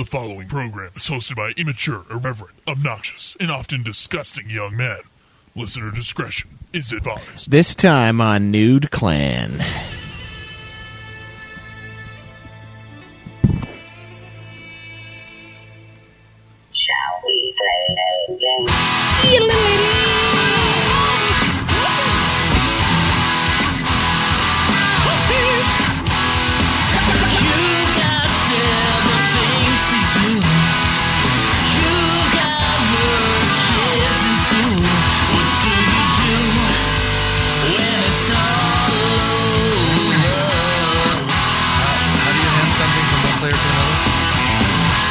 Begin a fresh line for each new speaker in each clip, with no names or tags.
The following program is hosted by immature, irreverent, obnoxious, and often disgusting young men. Listener discretion is advised.
This time on Nude Clan.
Shall we play a game?
How do you hand something from one player to another?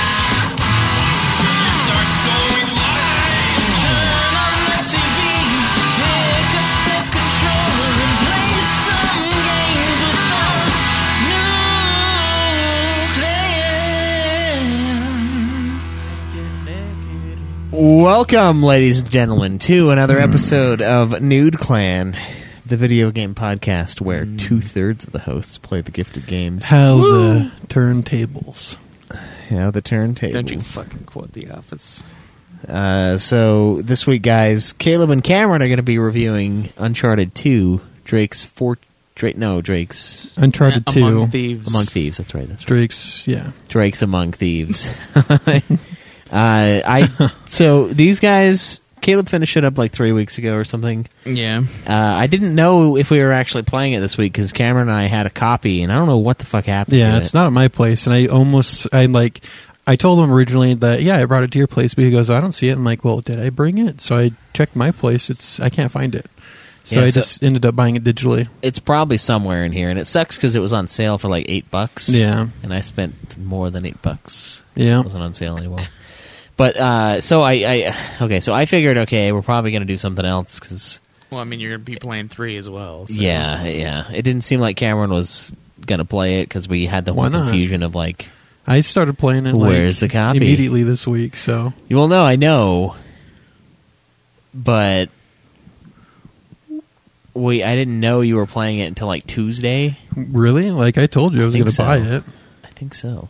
Welcome, ladies and gentlemen, to
Hmm.
another episode of Nude Clan, the video game podcast where
Hmm.
two thirds of the hosts play the gifted games.
How the turntables.
Now the turntables.
Don't you fucking quote The Office.
Uh, so this week, guys, Caleb and Cameron are going to be reviewing Uncharted Two, Drake's four. Drake, no, Drake's
Uncharted
Uh,
2.
Among Thieves.
Among Thieves. That's right. That's right.
Drake's, yeah.
Drake's Among Thieves. uh, I so these guys. Caleb finished it up like three weeks ago or something.
Yeah.
Uh, I didn't know if we were actually playing it this week because Cameron and I had a copy, and I don't know what the fuck happened.
Yeah,
to
it's
it.
not at my place. And I almost, I like, I told him originally that, yeah, I brought it to your place, but he goes, "Oh, I don't see it. I'm like, well, did I bring it? So I checked my place. It's, I can't find it. So
Yeah,
I
so-
just ended up buying it digitally.
It's probably somewhere in here, and it sucks because it was on sale for like eight bucks.
Yeah.
and I spent more than eight bucks.
Yeah.
it wasn't on sale anymore. But uh, so I, I okay, so I figured okay, we're probably gonna do something else because
Well, I mean, you're going to be playing three as well. so-
yeah, yeah, it didn't seem like Cameron was gonna play it because we had the
Why
whole
not?
confusion of like,
I started playing it. like,
Where's the copy?
Immediately this week. So
well, no, I know, but we I didn't know you were playing it until like Tuesday.
really, like I told you, I was
Think
going to
so.
buy it.
I think so. You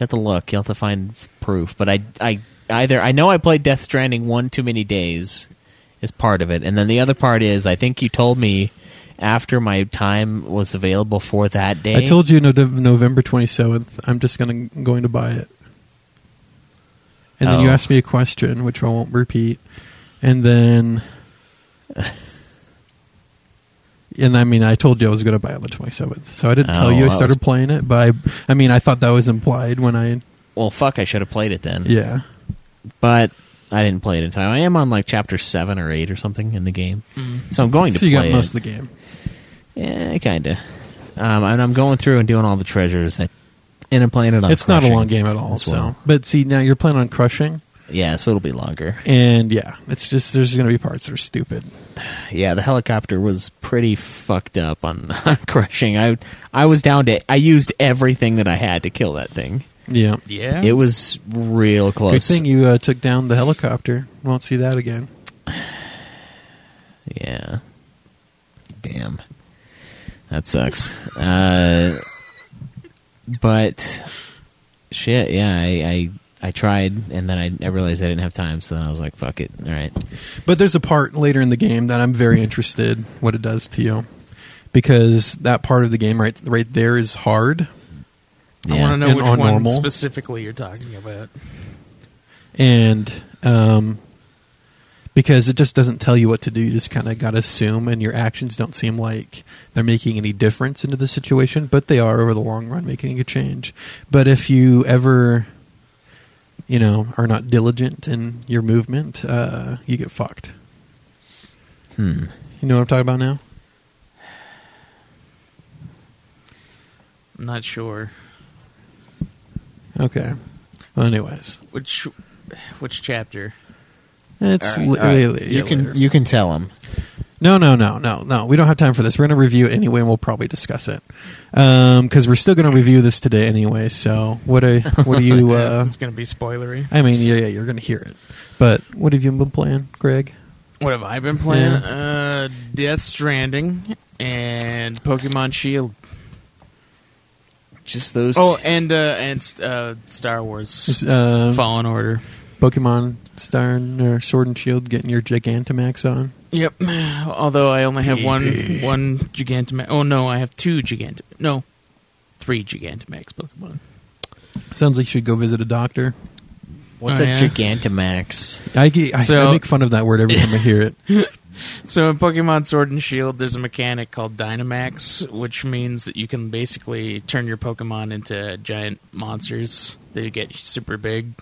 have to look. You will have to find proof. But I, I either I know I played Death Stranding one too many days is part of it, and then the other part is I think you told me after my time was available for that day.
I told you no, November 27th, I'm just gonna, going to buy it. And then you
Oh.
asked me a question, which I won't repeat. And then. And I mean, I told you I was going to buy it on the 27th. So I didn't
Oh,
tell you I
that was-
started playing it, but I, I mean, I thought that was implied when I.
Well, fuck! I should have played it then.
Yeah.
But I didn't play it in time. I am on like chapter seven or eight or something in the game, so I'm going to
Mm-hmm. So you
play
got most
it.
of the game.
yeah, kind of. Um, and I'm going through and doing all the treasures. I, and I'm playing it on.
it's not a
Crushing
long game at all.
as
So,
well.
But see, now you're playing on Crushing,
yeah, so it'll be longer.
and yeah, it's just, there's going to be parts that are stupid.
yeah, the helicopter was pretty fucked up on, on crushing. I I was down to I used everything that I had to kill that thing.
Yeah.
Yeah.
It was real
Good
close.
thing you uh, took down the helicopter. Won't see that again.
Yeah. Damn. That sucks. Uh, but shit, yeah, I, I I tried and then I, I realized I didn't have time, so then I was like, fuck it. All right.
But there's a part later in the game that I'm very interested what it does to you because that part of the game right right there is hard
I want to know
And
which
on
one
normal.
specifically you're talking about.
and um because it just doesn't tell you what to do. You just kind of got to assume and your actions don't seem like they're making any difference into the situation, but they are over the long run making a change. But if you ever you know, are not diligent in your movement, uh, you get fucked.
Hmm.
You know what I'm talking about now?
I'm not sure.
Okay. Well, anyways,
Which which chapter?
it's
All
li-
right, all right.
li- yeah,
you can
later.
you can tell him.
no, no, no, no, no. We don't have time for this. We're going to review it anyway, and we'll probably discuss it because we're still going to review this today anyway. So, what are what are you? Uh,
it's going to be spoilery.
I mean, yeah, yeah, you're going to hear it. But what have you been playing, Greg?
What have I been playing?
Yeah.
Uh, Death Stranding and Pokemon Shield.
Just those.
Oh,
two.
and uh, and uh, Star Wars
Is, uh,
Fallen Order.
Pokemon Star or Sword and Shield getting your Gigantamax on.
Yep. Although I only have one one Gigantamax. Oh no, I have two Gigant. No, three Gigantamax Pokemon.
Sounds like you should go visit a doctor.
what's
oh,
a
yeah.
Gigantamax?
I, ge- I,
So-
I make fun of that word every time I hear it.
So in Pokemon Sword and Shield, there's a mechanic called Dynamax, which means that you can basically turn your Pokemon into giant monsters. They get super big.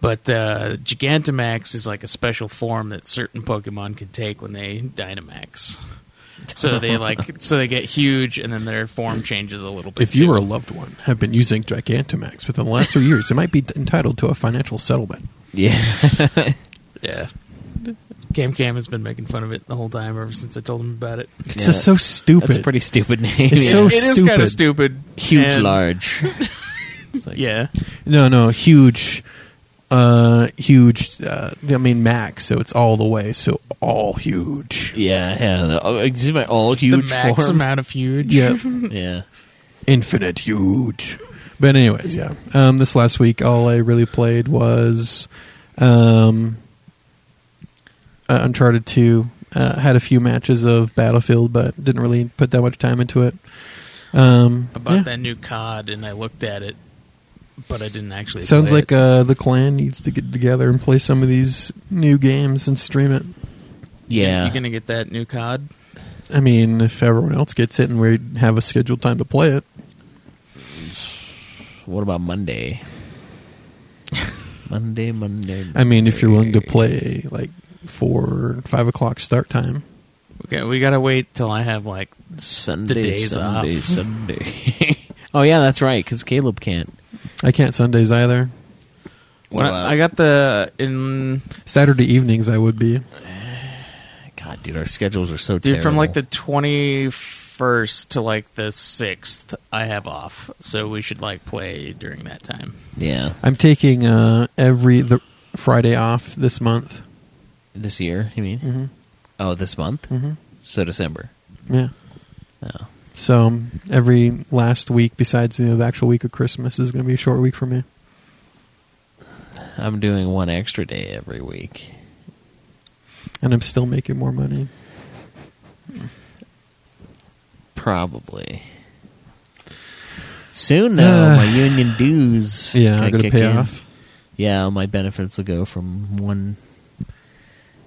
But uh, Gigantamax is like a special form that certain Pokemon can take when they Dynamax. So they like so they get huge, and then their form changes a little bit.
If you
too.
or a loved one have been using Gigantamax within the last three years, it might be entitled to a financial settlement.
Yeah.
Yeah. Cam Cam has been making fun of it the whole time ever since I told him about it.
It's
Yeah.
just so stupid.
That's a pretty stupid name.
It's
Yeah.
so
it is kind
stupid.
of stupid.
huge,
and-
large. It's like-
Yeah.
no, no, huge, uh, huge. Uh, I mean, max. So it's all the way. So all huge.
Yeah, yeah. the- oh, Is it my all huge
the max
form?
amount of huge.
Yeah,
Yeah.
infinite huge. But anyways, yeah. Um, this last week, all I really played was um, uh, Uncharted Two. Uh, had a few matches of Battlefield, but didn't really put that much time into it. Um,
About
yeah.
that new COD, and I looked at it, but I didn't actually.
Sounds
play
like
it.
uh, the clan needs to get together and play some of these new games and stream it.
Yeah.
You gonna get that new COD?
I mean, if everyone else gets it and we have a scheduled time to play it,
What about Monday? Monday, Monday.
I mean, if you're willing to play like four or five o'clock start time,
Okay, we gotta wait till I have like.
Sunday,
The days
Sunday,
off.
Sunday. oh yeah, that's right. Because Caleb can't.
I can't Sundays either.
When
about-
I, I got the in
Saturday evenings, I would be.
God, dude, our schedules are so
dude
terrible.
from like the twenty first to like the sixth. I have off, so we should like play during that time.
yeah
I'm taking uh, every the Friday off this month.
this year. You mean?
Mm-hmm.
Mhm.
Oh, this month.
Mhm.
So December.
Yeah.
Oh,
So um, every last week, besides you know, the actual week of Christmas, is going to be a short week for me.
I'm doing one extra day every week.
And I'm still making more money.
Probably. Soon though,
Uh,
my union dues.
Yeah,
kinda
I'm going to
kick
pay
in.
off.
Yeah, my benefits will go from one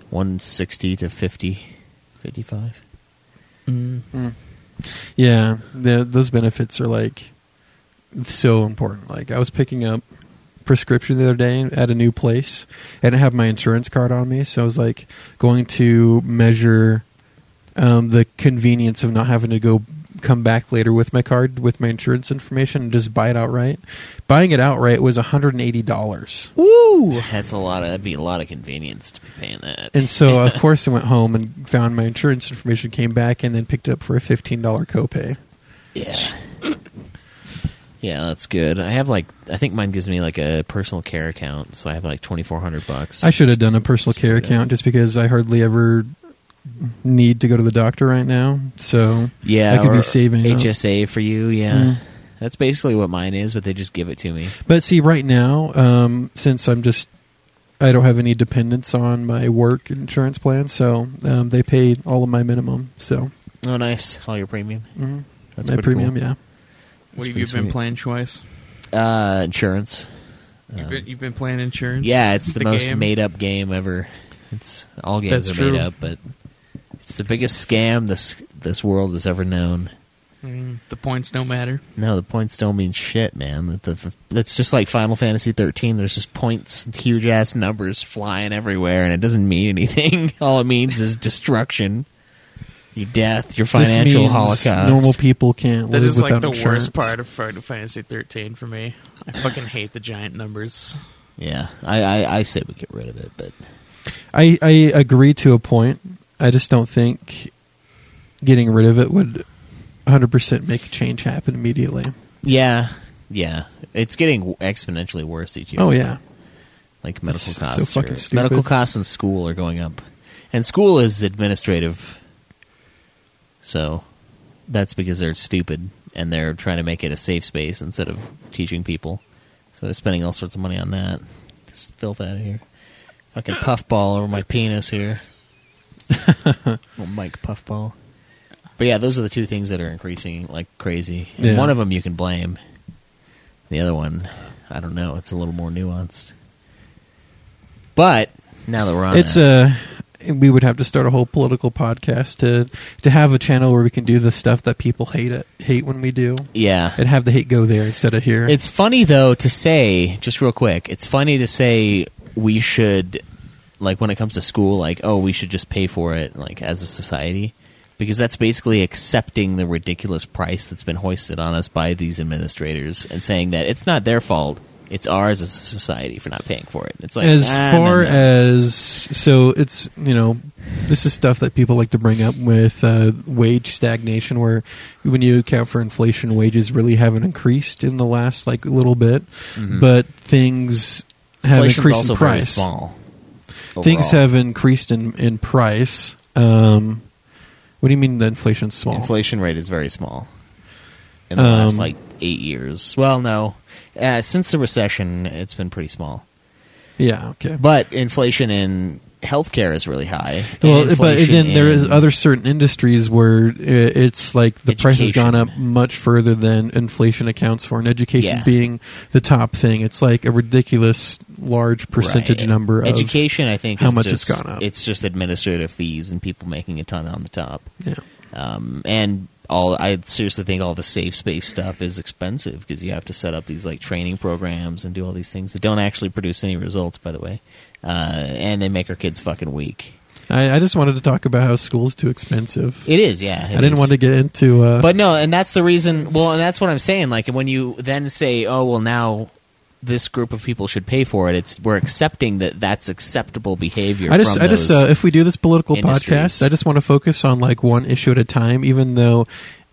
one sixty to 50, 55.
Yeah, the, those benefits are like so important. Like I was picking up prescription the other day at a new place. I didn't have my insurance card on me, so I was like going to measure um, the convenience of not having to go come back later with my card with my insurance information and just buy it outright. Buying it outright was $180.
Woo! That's a lot. Of, that'd be a lot of convenience to be paying that.
And so, of course, I went home and found my insurance information, came back, and then picked it up for a $15 copay.
yeah, yeah, that's good. I have like I think mine gives me like a personal care account, so I have like twenty four hundred bucks.
I should have done a personal care account just because I hardly ever need to go to the doctor right now. So
Yeah,
I could
or
be saving up.
HSA for you. Yeah,
Mm.
that's basically what mine is, but they just give it to me.
But see, right now, um, since I'm just I don't have any dependents on my work insurance plan, so um, they paid all of my minimum. So
Oh, nice! All your premium.
mhm.
That's
my
pretty
premium,
cool.
yeah.
What
That's
have you
pretty
been
sweet.
playing, Choice?
Uh, insurance.
You've
Um,
been, you've been playing insurance.
Yeah, it's the, most
game?
made up game ever. It's all games
That's
are
true.
made up, but it's the biggest scam this this world has ever known.
Mm, the points don't matter.
No, the points don't mean shit, man. That the- That's just like Final Fantasy 13. There's just points, huge ass numbers flying everywhere, and it doesn't mean anything. All it means is destruction, your death, your
This
financial
means
holocaust.
Normal people can't
That
live
is
without
like the
insurance.
worst part of Final Fantasy 13 for me. I fucking hate the giant numbers.
Yeah, I, I I say we get rid of it, but
I, I agree to a point. I just don't think getting rid of it would 100% make a change happen immediately.
yeah, yeah, it's getting w- exponentially worse each year.
Oh, yeah.
like medical
It's so
costs.
fucking
are-
stupid.
medical costs in school are going up, and school is administrative. So, that's because they're stupid and they're trying to make it a safe space instead of teaching people. So they're spending all sorts of money on that. Just filth out of here. Fucking puffball over my penis here. Little Mike puffball. But yeah, those are the two things that are increasing like crazy.
Yeah.
One of them you can blame. The other one, I don't know. It's a little more nuanced. But now that we're on
It's
it,
a. We would have to start a whole political podcast to to have a channel where we can do the stuff that people hate it hate when we do,
yeah.
and have the hate go there instead of here.
It's funny though to say, just real quick, it's funny to say we should like when it comes to school, like, oh, we should just pay for it like as a society. Because that's basically accepting the ridiculous price that's been hoisted on us by these administrators and saying that it's not their fault. It's ours as a society for not paying for it. It's like
as
ah, no,
far
no.
as so it's you know this is stuff that people like to bring up with uh, wage stagnation where when you account for inflation wages really haven't increased in the last like little bit but things
Mm-hmm.
have
inflation's
increased
also
in
very
price
small.
things
overall.
have increased in in price um what do you mean the inflation's small
inflation rate is very small in the last
Um,
like eight years. Well, no, uh, since the recession, it's been pretty small.
yeah okay
But inflation in healthcare is really high. and
Well, but
inflation
then there is
in-
other certain industries where i- it's like the price has gone up
Education.
much further than inflation accounts for, and education
Yeah.
being the top thing. It's like a ridiculous large percentage
Right.
number of
education. I think
how
is
much it's
just,
gone up.
It's just administrative fees and people making a ton on the top.
Yeah.
Um, and all I seriously think all the safe space stuff is expensive because you have to set up these like training programs and do all these things that don't actually produce any results, by the way. Uh, and they make our kids fucking weak.
I, I just wanted to talk about how school's too expensive.
It is, yeah.
I didn't want to get into. Uh,
but no, and that's the reason. Well, and that's what I'm saying. Like when you then say, "Oh, well, now this group of people should pay for it," it's we're accepting that that's acceptable behavior.
I just,
from
I just,
those-
uh, if we do this political
industries.
podcast, I just want to focus on like one issue at a time, even though.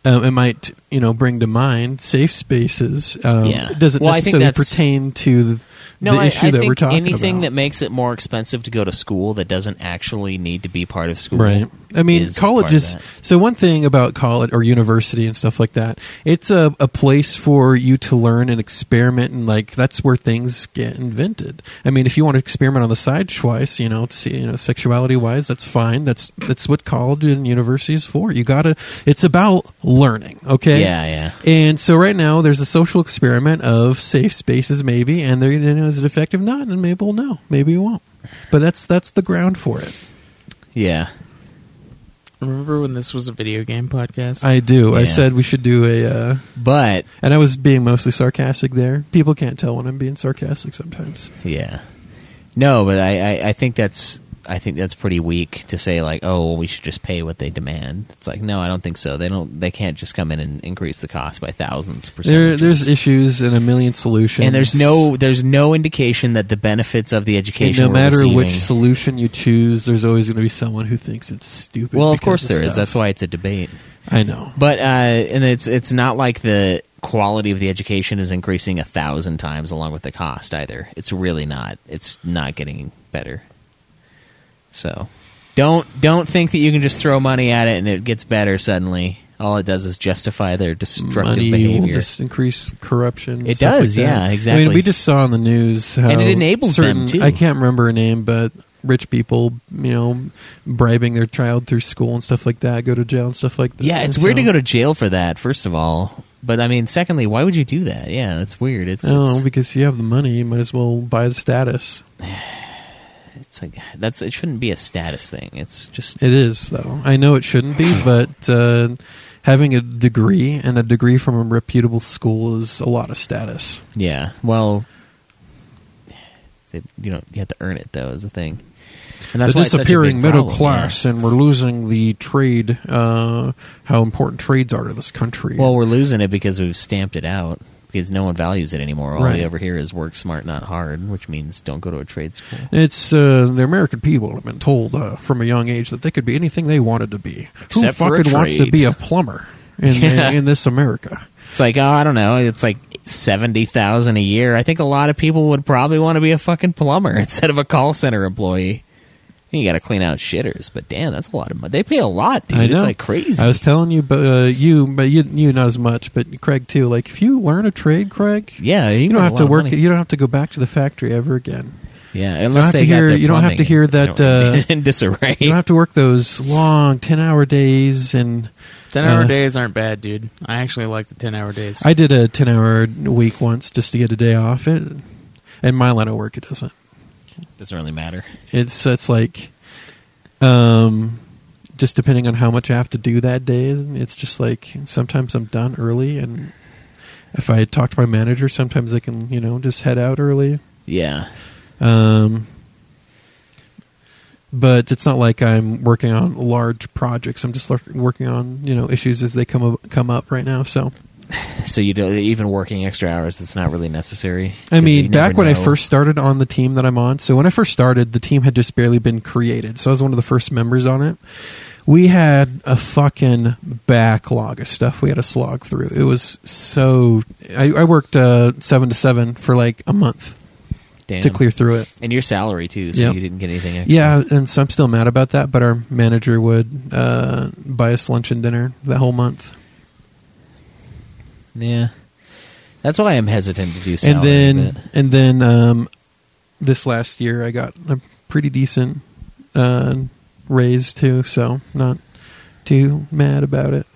Um, it might, you know, bring to mind safe spaces. Um,
Yeah.
It doesn't
Well, I think
necessarily
that's-
pertain to the,
no, I-
issue
I
that
think
we're talking
anything
about.
that makes it more expensive to go to school that doesn't actually need to be part of school.
Right. I mean,
is
college
part of
is
that.
so one thing about college or university and stuff like that. It's a, a place for you to learn and experiment, and like that's where things get invented. I mean, if you want to experiment on the side twice, you know, to see, you know, sexuality wise, that's fine. That's that's what college and university is for. You gotta. It's about learning. Okay.
Yeah, yeah.
And so right now there's a social experiment of safe spaces, maybe, and there you know, is it effective? Not, and maybe we'll know, maybe we won't. But that's that's the ground for it.
Yeah.
Remember when this was a video game podcast?
I do. I
Yeah.
said we should do a, uh,
But
and I was being mostly sarcastic there. People can't tell when I'm being sarcastic sometimes.
Yeah. No, but I, I, I think that's I think that's pretty weak to say like, oh, well, we should just pay what they demand. It's like, no, I don't think so. They don't. They can't just come in and increase the cost by thousands
There,
percent.
there's issues and a million solutions,
and there's no there's no indication that the benefits of the
And
education
no
we're
matter which
receiving-
solution you choose, there's always going to be someone who thinks it's stupid.
well, of
because
course there is.
stuff.
That's why it's a debate.
I know.
But uh, and it's it's not like the quality of the education is increasing a thousand times along with the cost either. It's really not. It's not getting better. So don't don't think that you can just throw money at it and it gets better suddenly. All it does is justify their destructive
Money will
behavior.
just increase corruption.
It
stuff
does,
like that.
yeah, exactly.
I mean, we just saw on the news how
And it enables them,
certain-
too.
I can't remember a name, but rich people, you know, bribing their child through school and stuff like that, go to jail and stuff like that.
yeah, it's
So-
weird to go to jail for that. First of all, but I mean, secondly, why would you do that? Yeah, that's weird. It's
Oh,
it's,
because you have the money, you might as well buy the status.
it's like that's it shouldn't be a status thing. It's just
It is though. I know it shouldn't be, but uh, having a degree and a degree from a reputable school is a lot of status.
Yeah. Well, it, you know, you have to earn it though. Is the thing. And why
the
it's such a
disappearing
big
middle
problem,
class, and we're losing the trade. Uh, how important trades are to this country.
yeah. Well, we're losing it because we've stamped it out because no one values it anymore. All
Right.
they over here is work smart, not hard, which means don't go to a trade school.
it's uh, the American people have been told uh, from a young age that they could be anything they wanted to be.
Except
Who
for a
fucking wants to
trade.
be a plumber in,
Yeah.
in, in this America?
It's like, oh, I don't know. It's like seventy thousand a year. I think a lot of people would probably want to be a fucking plumber instead of a call center employee. You got to clean out shitters, but damn, that's a lot of money. They pay a lot, dude.
I know.
It's like crazy.
I was telling you, but uh, you, but you, you not as much, but Craig too. Like if you learn a trade, Craig,
yeah, you,
you
make
don't
a
have
lot
to
of
work.
money.
You don't have to go back to the factory ever again.
yeah,
You don't
unless
have
they
to
got
hear.
their
You don't have to
plumbing
hear
in-
that.
in-
Uh,
in disarray.
you don't have to work those long ten-hour days. And
10 hour
Uh,
days aren't bad, dude. I actually like the 10 hour days.
I did a ten-hour week once just to get a day off. It, in my line of work, it doesn't.
Doesn't really matter.
It's it's like, um, just depending on how much I have to do that day. It's just like sometimes I'm done early, and if I talk to my manager, sometimes I can you know just head out early.
Yeah,
Um, but it's not like I'm working on large projects. I'm just lurk- working on you know issues as they come up, come up right now. So
so you don't, even working extra hours, that's not really necessary.
I
'Cause
mean,
you never
back when I
know.
first started on the team that I'm on, so when I first started, the team had just barely been created. So I was one of the first members on it. We had a fucking backlog of stuff we had to slog through. It was so. I, I worked uh, seven to seven for like a month
Damn.
to clear through it.
and your salary too, so
Yep.
you didn't get anything. Extra.
Yeah, and so I'm still mad about that. But our manager would uh, buy us lunch and dinner that whole month,
yeah. That's why I'm hesitant to do salary.
and then
but-
and then um, this last year I got a pretty decent uh, raise too. So not too mad about it.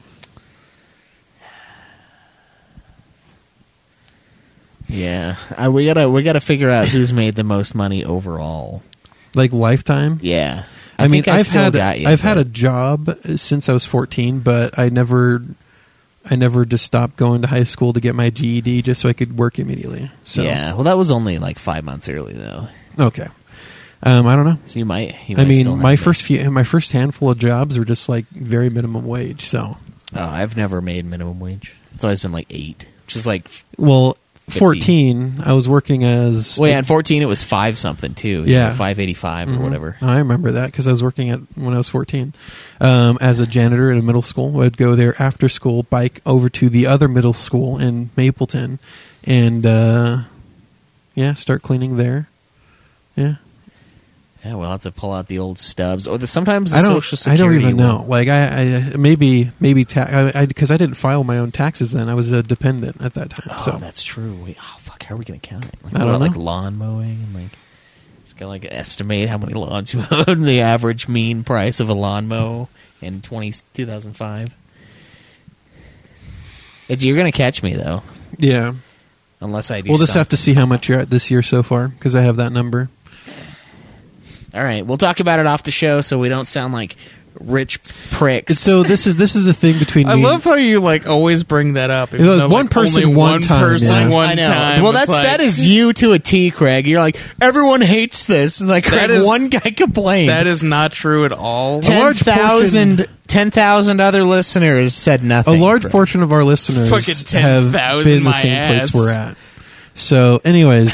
yeah, I, we gotta we gotta figure out who's made the most money overall.
Like lifetime.
Yeah,
I, mean,
think I
have
still
had
got you,
I've had a
but-
job uh, since I was 14, but I never. I never just stopped going to high school to get my GED just so I could work immediately. So
yeah. Well, that was only like five months early though,
okay. Um, I don't know.
so you might. You
I
might still
mean,
have
my
it.
first few, my first handful of jobs were just like very minimum wage. So,
Oh, I've never made minimum wage. It's always been like eight, which is like.
well, fourteen, I was working as
Well, yeah, at fourteen it was five something too. you
Yeah.
know, five eighty five or
Mhm.
whatever.
I remember that because I was working at when I was fourteen um, as a janitor in a middle school. I'd go there after school, bike over to the other middle school in Mapleton, and uh, yeah, start cleaning there. Yeah,
Yeah, we'll have to pull out the old stubs or the sometimes the
I don't.
social
I don't
security
even
one.
know. Like I, I maybe maybe because I, because I didn't file my own taxes then. I was a dependent at that time.
Oh,
so
that's true. Wait, oh fuck, how are we gonna count it? Like,
I
what
don't
about, like
know.
lawn mowing and like it's gotta like estimate how many lawns you own, the average mean price of a lawn mow in 20, 2005. It's you're gonna catch me though,
yeah.
unless I do.
We'll just have to
something.
see how much you're at this year so far because I have that number.
All right, we'll talk about it off the show so we don't sound like rich pricks.
So this is this is the thing between
I
me.
love how you like always bring that up. even
Look,
though,
one
like,
person,
only
one
one
time,
person,
yeah.
one
I know.
time.
well,
It's
that's that
like-
is you to a T, Craig. You're like everyone hates this. Like
That
Craig,
is-
one guy complained.
that is not true at all.
A large portion-
10,000 10,000 other listeners said
a
nothing.
large
Craig.
portion of our listeners
Fucking
have
10,000
been the
my
same
ass.
place we're at. So, anyways,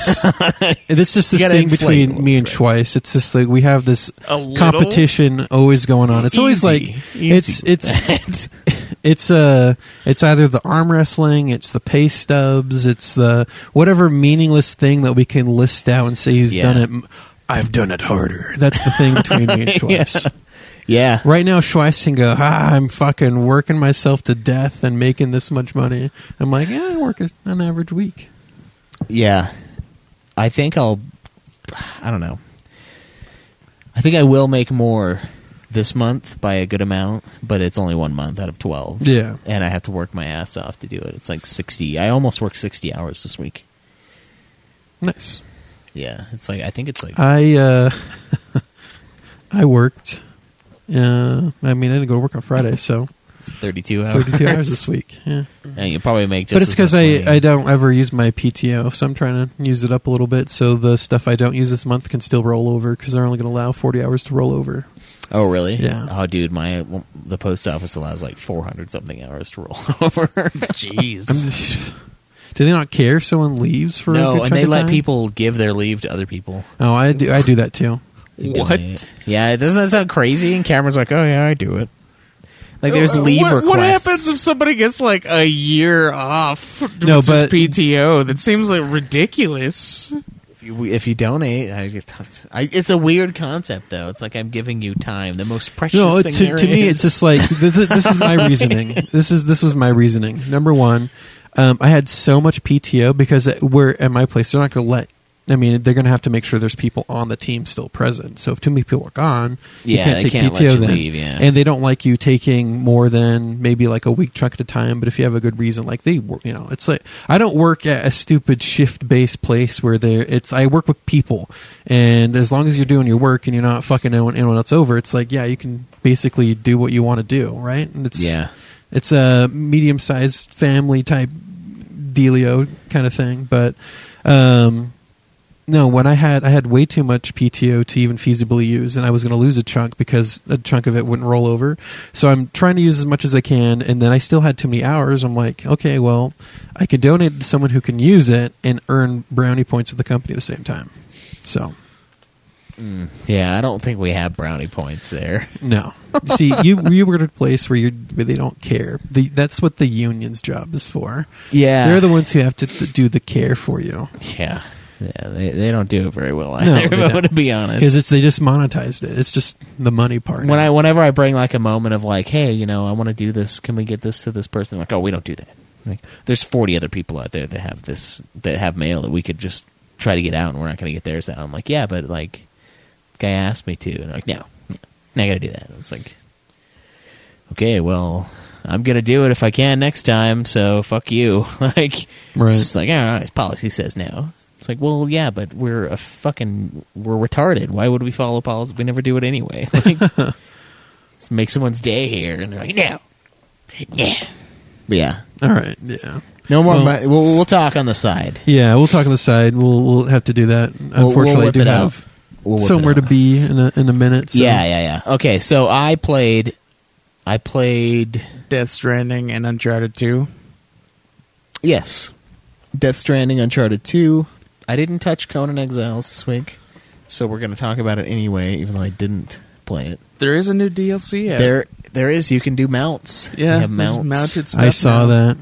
it's just this
gotta inflate
thing
a
between
little
me and
bit.
Schweiss. It's just like we have this
A little?
competition always going on. It's always
Easy.
like it's
Easy.
it's it's uh it's either the arm wrestling, it's the pay stubs, it's the whatever meaningless thing that we can list out and say who's
Yeah.
done it. m- I've done it harder. That's the thing between me and Schweiss.
yeah.
Right now, Schweiss can go, ah, I'm fucking working myself to death and making this much money. I'm like, yeah, I work a- an average week.
Yeah. I think I'll I don't know. I think I will make more this month by a good amount, but it's only 1 month out of 12.
Yeah.
And I have to work my ass off to do it. It's like 60. I almost worked 60 hours this week.
Nice.
Yeah. It's like I think it's like
I, uh, I worked, uh, I mean, I didn't go to work on Friday, so
it's 32 hours.
32 hours this week. Yeah.
And you probably make Oh. just
but it's
as
because
much
I,
money.
I don't ever use my PTO, so I'm trying to use it up a little bit so the stuff I don't use this month can still roll over because they're only going to allow 40 hours to roll over.
Oh really?
Yeah.
Oh dude, my the post office allows like 400 something hours to roll over.
Jeez.
Do they not care if someone leaves for a good
no, and
chunk
they
of
let
time?
people give their leave to other people.
Oh, I do. I do that too.
They donate
What?
it. Yeah, doesn't that sound crazy? And Cameron's like, "Oh yeah, I do it." Like there's
Uh,
leave
what,
requests.
What happens if somebody gets like a year off?
No,
which is
but-
PTO. That seems like ridiculous.
If you, if you donate, I, I, it's a weird concept though. It's like I'm giving you time, the most precious
No,
thing
it, to,
there
to me,
is.
it's just like this, is- this is my reasoning. This is this was my reasoning. Number one, um, I had so much PTO because at- we're at my place. They're not going to let. I mean, they're going to have to make sure there's people on the team still present. So if too many people are gone,
Yeah,
you can't
they
take
can't
PTO
let you
then.
leave, yeah.
And they don't like you taking more than maybe like a week chunk at a time. But if you have a good reason, like they, work, you know, it's like I don't work at a stupid shift based place where they it's I work with people, and as long as you're doing your work and you're not fucking anyone, anyone else over, it's like yeah, you can basically do what you want to do, right? And it's
Yeah.
it's a medium sized family type dealio kind of thing, but. um no, when I had I had way too much PTO to even feasibly use, and I was going to lose a chunk because a chunk of it wouldn't roll over. So I'm trying to use as much as I can, and then I still had too many hours. I'm like, okay, well, I could donate it to someone who can use it and earn brownie points with the company at the same time. So
yeah. I don't think we have brownie points there.
no, see, you you were at a place where you where they don't care. The, that's what the union's job is for.
Yeah,
They're the ones who have to th- do the care for you
Yeah, yeah. They they don't do it very well
No,
either.
they
if I
don't.
want to be
because
honest.
it's they just monetized it. It's just the money part.
When I whenever I bring like a moment of like, hey, you know, I want to do this. Can we get this to this person? Like, oh, we don't do that. Like, there's 40 other people out there that have this that have mail that we could just try to get out, and we're not going to get theirs out. I'm like, yeah, but like, the guy asked me to, and I'm like, no, now I got to do that. And it's like, okay, well. I'm gonna do it if I can next time. So fuck you. like,
Right.
it's like, all right, policy says no. It's like, well, yeah, but we're a fucking we're retarded. Why would we follow policy? We never do it anyway. Like, let's make someone's day here, and they're like, no, yeah, but yeah.
all right, yeah.
No more.
Well-
money. we'll, we'll talk on the side.
Yeah, we'll talk on the side. We'll we'll have to do that.
We'll-
Unfortunately,
we'll
I
whip
do
it out.
have
We'll whip it
somewhere to
out.
be in a in a minute. So.
Yeah, yeah, yeah. Okay, so I played. I played.
Death Stranding and Uncharted 2.
Yes. Death Stranding, Uncharted 2. I didn't touch Conan Exiles this week, so we're going to talk about it anyway, even though I didn't play it.
There is a new DLC out.
There, There is, you can do mounts. You
yeah,
have
there's
mounts.
mounted stuff.
I saw
now.
that.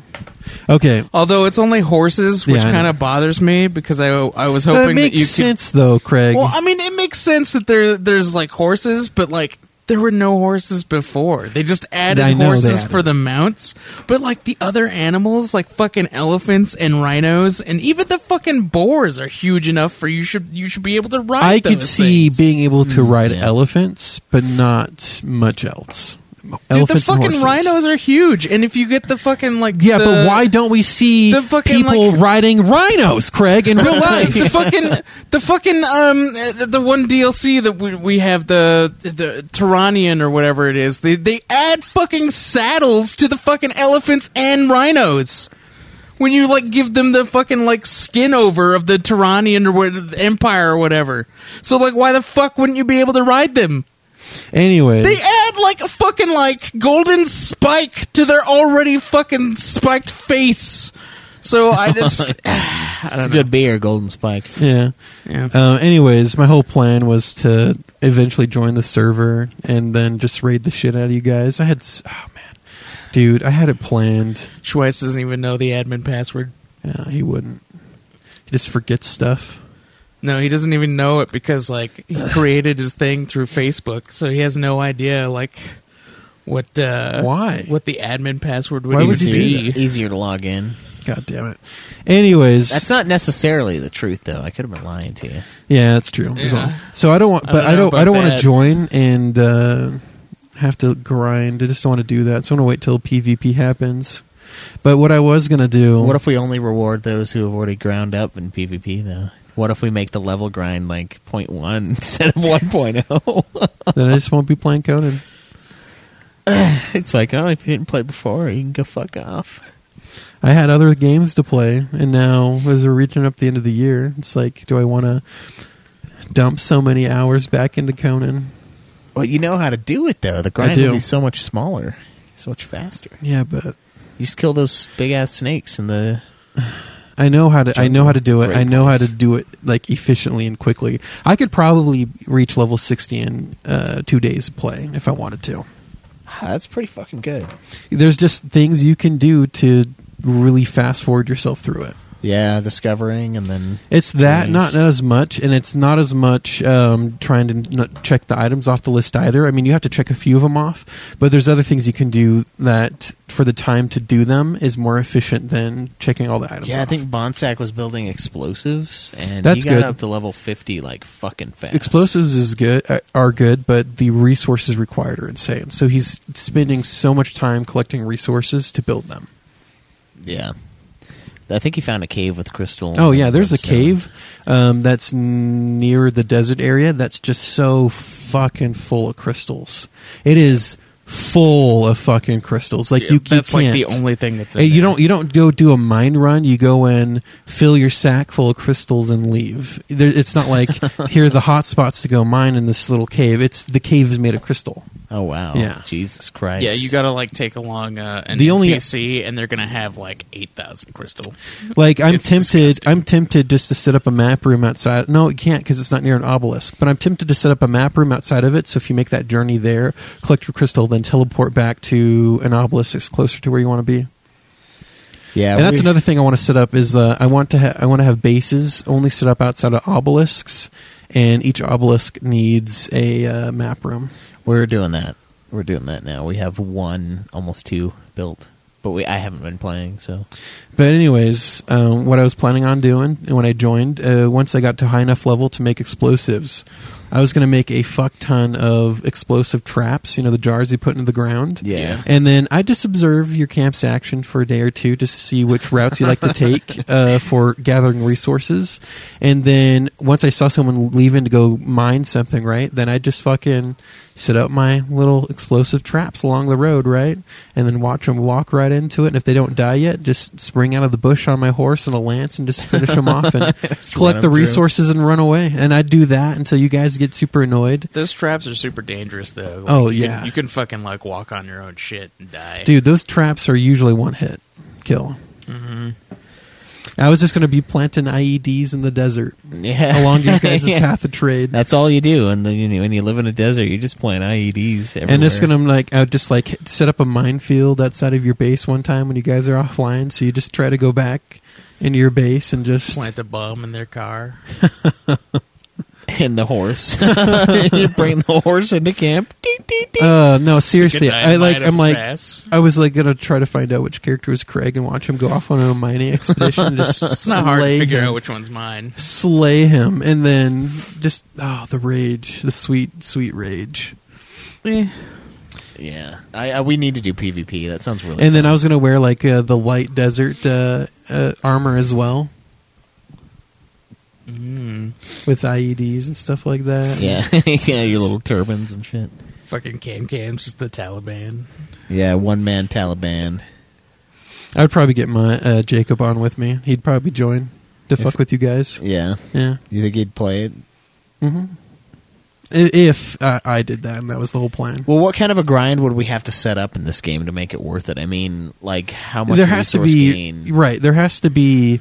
Okay,
Although it's only horses, which
Yeah, I know.
kind of bothers me because I I was hoping
that
that,
makes
you could.
sense though, Craig.
Well, I mean, it makes sense that there there's like horses, but like there were no horses before. They just added
I know they
horses
added
for
it.
the mounts, but like the other animals, like fucking elephants and rhinos, and even the fucking boars are huge enough for you should you should be able to ride.
I could
those
see
things.
being able to ride
Hmm, yeah.
elephants, but not much else.
Dude, the
Elephants and
fucking
horses.
rhinos are huge, and if you get the fucking like
Yeah,
the-
but why don't we see
the fucking,
people
like-
riding rhinos, Craig, in real life?
the fucking the fucking um uh, the one DLC that we, we have the the Tyrannian or whatever it is they they add fucking saddles to the fucking elephants and rhinos when you like give them the fucking like skin over of the Tyrannian or what empire or whatever so like why the fuck wouldn't you be able to ride them
Anyways,
they add like a fucking like golden spike to their already fucking spiked face so I just I
It's a
don't know
good beer, Golden Spike.
yeah.
yeah.
Uh, anyways, my whole plan was to eventually join the server and then just raid the shit out of you guys. I had, s- oh man, dude, I had it planned.
Schweiss doesn't even know the admin password.
Yeah, he wouldn't. He just forgets stuff.
No, he doesn't even know it because like he created his thing through Facebook, so he has no idea like what uh
Why?
what the admin password would
Why
even
would you do
be.
that?
easier to log in.
God damn it. Anyways,
That's not necessarily the truth, though. I could have been lying to you.
yeah, that's true. as well.
Yeah.
So I don't want,
I
but
don't
I
know
don't, I don't,
about
want
that.
to join and uh, have to grind. I just don't want to do that. So I want to wait till PvP happens. But what I was gonna do,
What if we only reward those who have already ground up in PvP, though? What if we make the level grind like 0.1 instead of oh? 1.0?
then I just won't be playing Conan.
it's like, oh, if you didn't play before, you can go fuck off.
I had other games to play, and now as we're reaching up the end of the year, it's like, do I want to dump so many hours back into Conan?
Well, you know how to do it though. The grind
do.
will be so much smaller, so much faster.
Yeah, but
You just kill those big ass snakes and the.
I know how to. I know how to
Jungle,
do it.
it's
I know how
great
to
place.
do it like efficiently and quickly. I could probably reach level sixty in uh, two days of play if I wanted to.
Ah, That's pretty fucking good.
There's just things you can do to really fast forward yourself through it.
yeah, discovering and then
It's that
Nice.
not not as much, and it's not as much um, trying to not check the items off the list either. I mean, you have to check a few of them off, but there's other things you can do that for the time to do them is more efficient than checking all the items.
yeah, I
off.
think Bonsack was building explosives, and
That's
he got
good.
up to level fifty like fucking fast.
explosives is good uh, are good, but the resources required are insane. So he's spending so much time collecting resources to build them.
yeah. I think he found a cave with crystal.
Oh
and
yeah, there's a
brimstone.
cave um, that's n- near the desert area that's just so fucking full of crystals. It is full of fucking crystals. Like you, you
that's like the
can't-
only thing that's. In
Hey, you
there.
don't you don't go do a mine run. You go in, fill your sack full of crystals, and leave. There, it's not like here are the hot spots to go mine in this little cave. It's the cave is made of crystal.
Oh wow.
Yeah.
Jesus Christ.
Yeah, you gotta like take along uh, an
The
the
only-
NPC, and they're gonna have like eight thousand crystal.
Like I'm
It's
tempted,
disgusting.
I'm tempted just to set up a map room outside. No, you can't because it's not near an obelisk. But I'm tempted to set up a map room outside of it. So if you make that journey there, collect your crystal, then teleport back to an obelisk that's closer to where you want to be.
Yeah,
and that's
we-
another thing I want to set up is uh, I want to ha- I want to have bases only set up outside of obelisks, and each obelisk needs a uh, map room.
We're doing that. We're doing that now. We have one, almost two built, but we I haven't been playing. So
But anyways, um, what I was planning on doing when I joined, uh, once I got to high enough level to make explosives, I was going to make a fuck ton of explosive traps. You know, the jars you put into the ground.
Yeah.
And then I just observe your camp's action for a day or two just to see which routes you like to take uh, for gathering resources. And then once I saw someone leaving to go mine something, right, then I just fucking set up my little explosive traps along the road, right, and then watch them walk right into it. And if they don't die yet, just spring out of the bush on my horse and a lance and just finish them off and
run 'em
collect the
through.
resources and run away. And I do that until you guys get super annoyed.
Those traps are super dangerous, though. Like,
Oh,
you can-
yeah.
you can fucking like walk on your own shit and die,
dude those traps are usually one hit kill i was just going to be planting ieds in the desert
yeah,
along your guys'
Yeah.
path of trade
That's all you do, and then you know, when you live in a desert, you just plant IEDs. Everywhere.
and it's gonna like I would just like set up a minefield outside of your base one time when you guys are offline. So you just try to go back into your base and just
plant a bomb in their car.
and the horse. you bring the horse into camp. Ding, ding, ding.
uh, no seriously.
Stick a
I like
dynamite up
I'm
his
like
ass.
I was like gonna try to find out which character was Craig and watch him go off on a mining expedition. And just
It's not hard to
slay
figure
him.
out which one's mine.
slay him and then just oh the rage the sweet sweet rage
yeah, I, I we need to do PvP. That sounds really.
and then i
fun.
was gonna wear like uh, the light desert uh, uh, armor as well
Mm,
with ieds and stuff like that
yeah, yeah, your little turbans and shit.
fucking cam cams, just the Taliban.
Yeah, one man Taliban.
i would probably get my uh, jacob on with me he'd probably join to fuck with you guys
Yeah,
yeah
you think he'd play it?
I- if uh, i did that and that was the whole plan
Well, what kind of a grind would we have to set up in this game to make it worth it? I mean, like how much
there has to
resource
be
gain?
right there has to be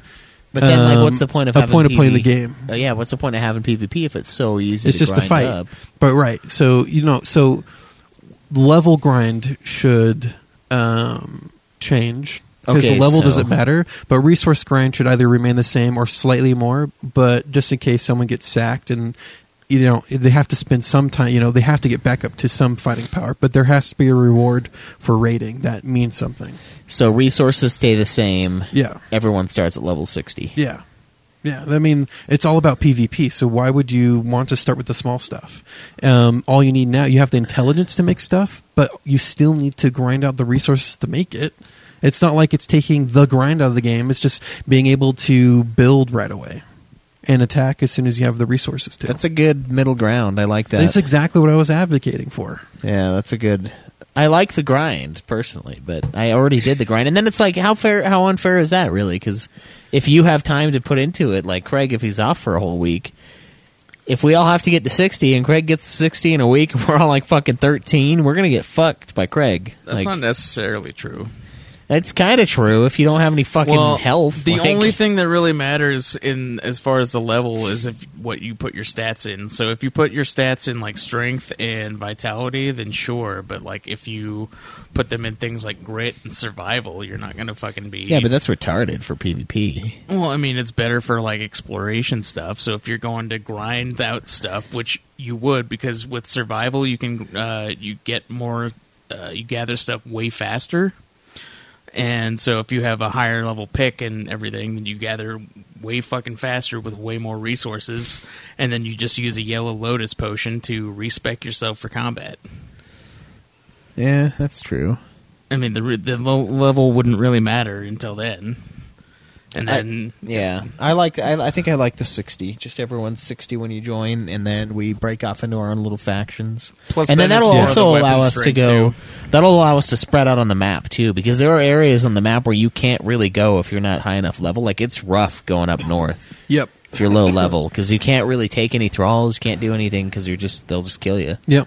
But then, like,
um,
what's the point of
a
having
point of
PvP?
playing the game
Uh, yeah, what's the point of having PvP if it's so easy?
it's
to
just a
grind
fight
Up?
but right so you know so level grind should um change because
Okay,
the level
so-
doesn't matter but resource grind should either remain the same or slightly more but just in case someone gets sacked and you know they have to spend some time you know they have to get back up to some fighting power but there has to be a reward for raiding that means something
So resources stay the same.
yeah
Everyone starts at level sixty.
yeah. Yeah. I mean, it's all about PvP, so why would you want to start with the small stuff? Um, all you need now, you have the intelligence to make stuff, but you still need to grind out the resources to make it. It's not like it's taking the grind out of the game, it's just being able to build right away and attack as soon as you have the resources to.
That's a good middle ground. I like that.
That's exactly what I was advocating for.
yeah, that's a good. I like the grind personally, but I already did the grind, and then it's like how fair, how unfair is that really? Because if you have time to put into it, like Craig, if he's off for a whole week, if we all have to get to sixty, and Craig gets sixty in a week, and we're all like fucking thirteen, we're gonna get fucked by Craig.
That's
like,
not necessarily true.
That's kind of true. If you don't have any fucking
well,
health,
The
like-
only thing that really matters in as far as the level is if what you put your stats in. So if you put your stats in like strength and vitality, then sure. But like if you put them in things like grit and survival, you're not gonna fucking be.
yeah, but that's retarded for PvP.
well, I mean, it's better for like exploration stuff. So if you're going to grind out stuff, which you would, because with survival you can uh, you get more, uh, you gather stuff way faster. And so if you have a higher level pick and everything, then you gather way fucking faster with way more resources, and then you just use a yellow lotus potion to respec yourself for combat.
Yeah, that's true.
I mean, the re- the lo- level wouldn't really matter until then. And then
Yeah, I like. I, I think I like the sixty. Just everyone's sixty when you join, and then we break off into our own little factions.
Plus
and then,
then it's
that'll
more
also
of the
allow
weapon
us to
strength,
go.
too.
That'll allow us to spread out on the map too, because there are areas on the map where you can't really go if you're not high enough level. Like it's rough going up north
Yep.
if you're low level, because you can't really take any thralls. You can't do anything because you're just they'll just kill you.
Yep.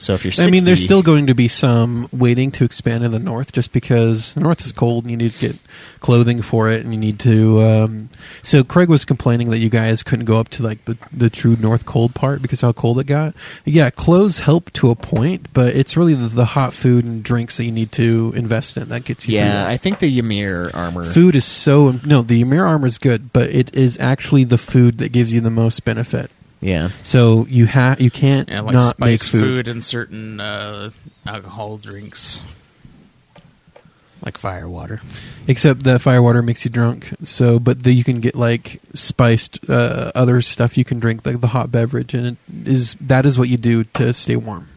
So if you're, 60,
I mean, there's still going to be some waiting to expand in the north, just because the north is cold and you need to get clothing for it, and you need to. Um, so Craig was complaining that you guys couldn't go up to like the, the true north cold part because how cold it got. Yeah, clothes help to a point, but it's really the, the hot food and drinks that you need to invest in that gets you. through
yeah.
that.
I think the Ymir armor.
Food is so no. The Ymir armor is good, but it is actually the food that gives you the most benefit.
Yeah.
So you have you can't
Yeah, like
not make
spice
food.
and certain uh, alcohol drinks, like fire water.
Except that firewater makes you drunk. So, but the, you can get like spiced uh, other stuff you can drink, like the hot beverage, and it is that is what you do to stay warm.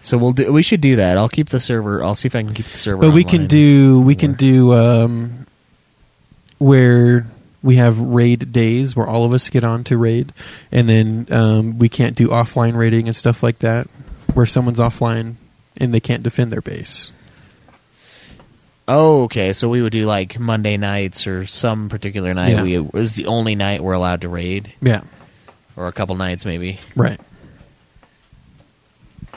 So we'll do. We should do that. I'll keep the server. I'll see if I can keep the server.
but we
online.
can do we can do um, where we have raid days where all of us get on to raid, and then um, we can't do offline raiding and stuff like that, where someone's offline and they can't defend their base.
Oh, okay. So we would do like Monday nights or some particular night.
Yeah.
We it was the only night we're allowed to raid,
Yeah.
or a couple nights maybe.
Right.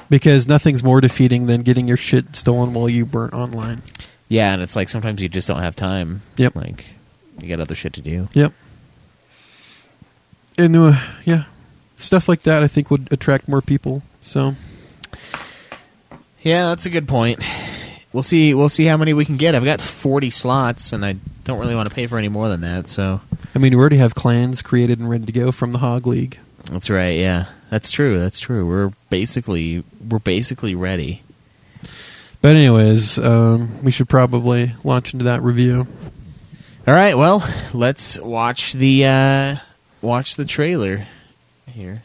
Because nothing's more defeating than getting your shit stolen while you burnt online.
Yeah, and it's like sometimes you just don't have time.
Yep.
Like you got other shit to do.
Yep. And uh, yeah, stuff like that I think would attract more people. So
Yeah, that's a good point. We'll see. We'll see how many we can get. I've got forty slots, and I don't really want to pay for any more than that. So
I mean, we already have clans created and ready to go from the Hog League.
that's right. Yeah, that's true. That's true. We're basically we're basically ready.
But anyways, um, we should probably launch into that review.
All right, well, let's watch the uh, watch the trailer here.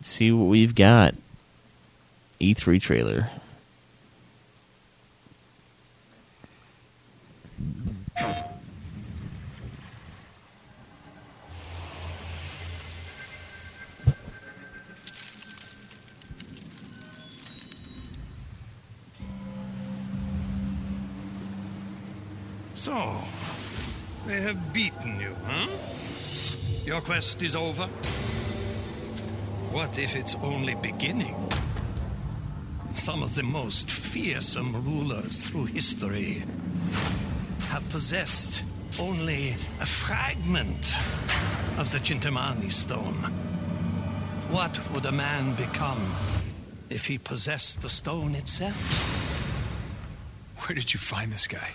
See what we've got. E3 trailer.
So, they have beaten you, huh? Your quest is over? What if it's only beginning? Some of the most fearsome rulers through history have possessed only a fragment of the Chintamani stone. What would a man become if he possessed the stone itself?
Where did you find this guy?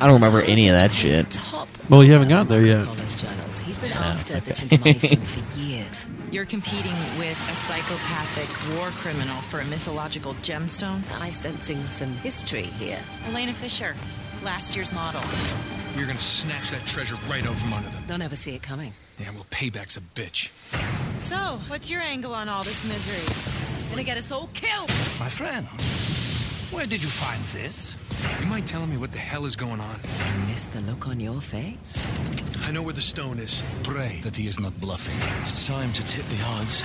I don't remember any of that shit.
Well, you haven't gotten there yet.
Journals. He's been after the Chintamani stone for years.
You're competing with a psychopathic war criminal for a mythological gemstone?
I'm sensing some history here.
Elena Fisher, last year's model.
You're gonna snatch that treasure right out from under them.
They'll never see it coming.
Yeah, well, payback's a bitch.
So, what's your angle on all this misery?
Gonna get us all killed.
My friend, where did you find this?
You mind telling me what the hell is going on?
I miss the look on your face.
I know where the stone is. Pray that he is not bluffing. It's time to tip the odds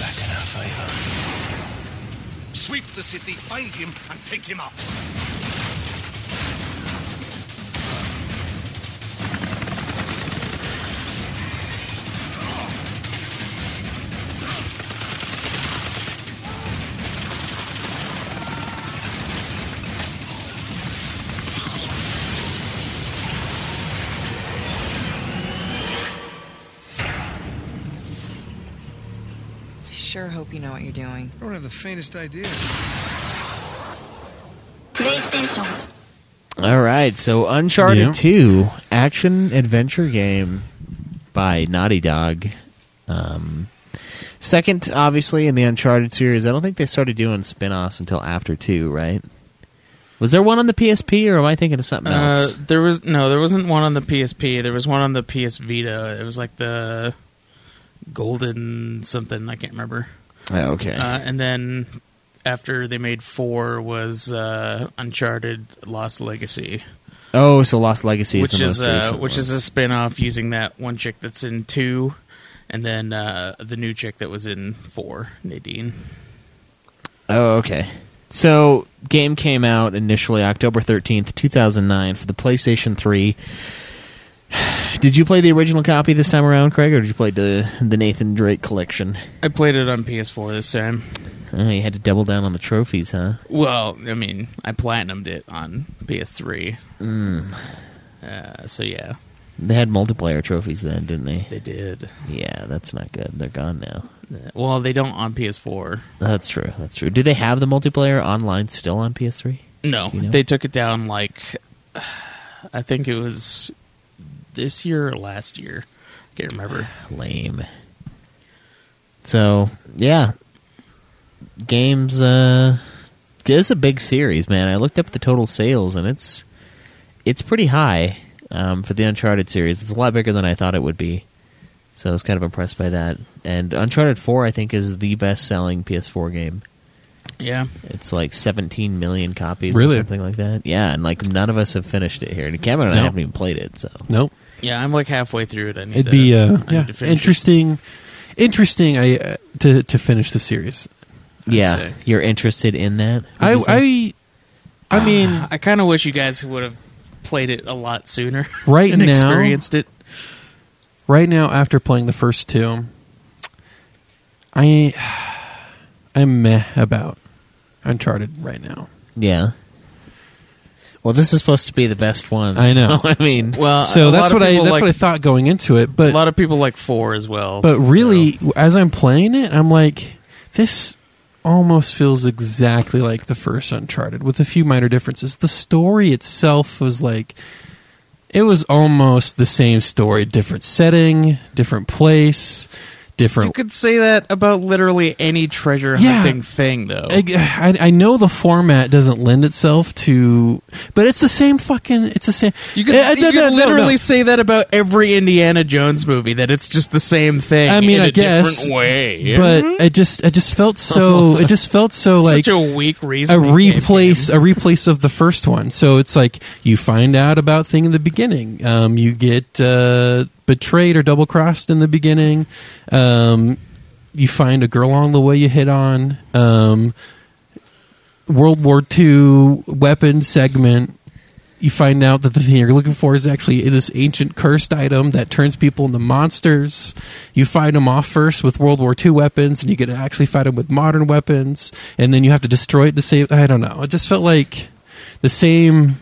back in our favor.
Sweep the city, find him, and take him out.
sure hope you know what you're doing.
I don't have the faintest idea.
PlayStation.
All right, so Uncharted
Yeah.
2 action adventure game by Naughty Dog. Um, second, obviously, in the Uncharted series. I don't think they started doing spin offs until after 2, right? Was there one on the PSP, or am I thinking of something
Uh,
else?
there was no, there wasn't one on the PSP. There was one on the PS Vita. It was like the golden something. I can't remember.
Oh, okay.
Uh, and then after they made four was uh, Uncharted Lost Legacy,
oh, so Lost Legacy is
which
the
is
most
uh,
recent
which
one.
is a spin off using that one chick that's in two, and then uh, the new chick that was in four, Nadine.
Oh, okay. So, game came out initially October 13th, 2009 for the PlayStation 3. Did you play the original copy this time around, Craig, or did you play the the Nathan Drake collection?
I played it on PS4 this time.
Oh, you had to double down on the trophies, huh?
Well, I mean, I platinumed it on PS3.
Mm.
Uh, so yeah,
They had multiplayer trophies then, didn't they?
they did.
Yeah, that's not good. They're gone now.
Well, they don't on PS4.
That's true. That's true. Do they have the multiplayer online still on PS3?
No,
You know?
they took it down like I think it was this year or last year. I can't remember.
Lame. So yeah, games. Uh, this is a big series, man. I looked up the total sales, and it's it's pretty high um, for the Uncharted series. It's a lot bigger than I thought it would be. So I was kind of impressed by that. And Uncharted Four, I think, is the best-selling PS4 game.
Yeah,
It's like 17 million copies,
Really?
or something like that. Yeah, and like none of us have finished it here. And Cameron and I
No.
haven't even played it. So
Nope.
yeah. I'm like halfway through it. I need
It'd
to,
be uh,
I
yeah,
need to finish it.
interesting. Interesting. I uh, to to finish the series.
yeah,
say.
you're interested in that? would
I
you say?
I I mean,
I kind of wish you guys would have played it a lot sooner,
Right
and
now-
experienced it.
right now after playing the first two, I I'm meh about Uncharted right now.
Yeah. Well, this is supposed to be the best one.
I know.
so, I mean,
Well,
so
Uh, a
that's
lot of
what I
people
that's
like,
what I thought going into it,
A
but
lot of people like four as well,
but really
so-
as I'm playing it, I'm like this almost feels exactly like the first Uncharted with a few minor differences. The story itself was like it was almost the same story, different setting, different place,
you
different
could say that about literally any treasure
Yeah.
hunting thing, though.
I, I know the format doesn't lend itself to, but it's the same fucking. It's the same.
You could,
Eh,
you
no,
could
no, no,
literally
no.
say that about every Indiana Jones movie that it's just the same thing.
I mean,
in
I
a
guess,
different way.
But it just, it just felt so. It just felt so like
Mm-hmm. such a weak reason.
a
they gave
replace
him.
a replace of the first one. So it's like you find out about thing in the beginning. Um, you get uh, betrayed or double crossed in the beginning. Um, you find a girl on the way you hit on. Um, World War II weapon segment. You find out that the thing you're looking for is actually this ancient cursed item that turns people into monsters. You fight them off first with World War II weapons, and you get to actually fight them with modern weapons, and then you have to destroy it to save. I don't know. It just felt like the same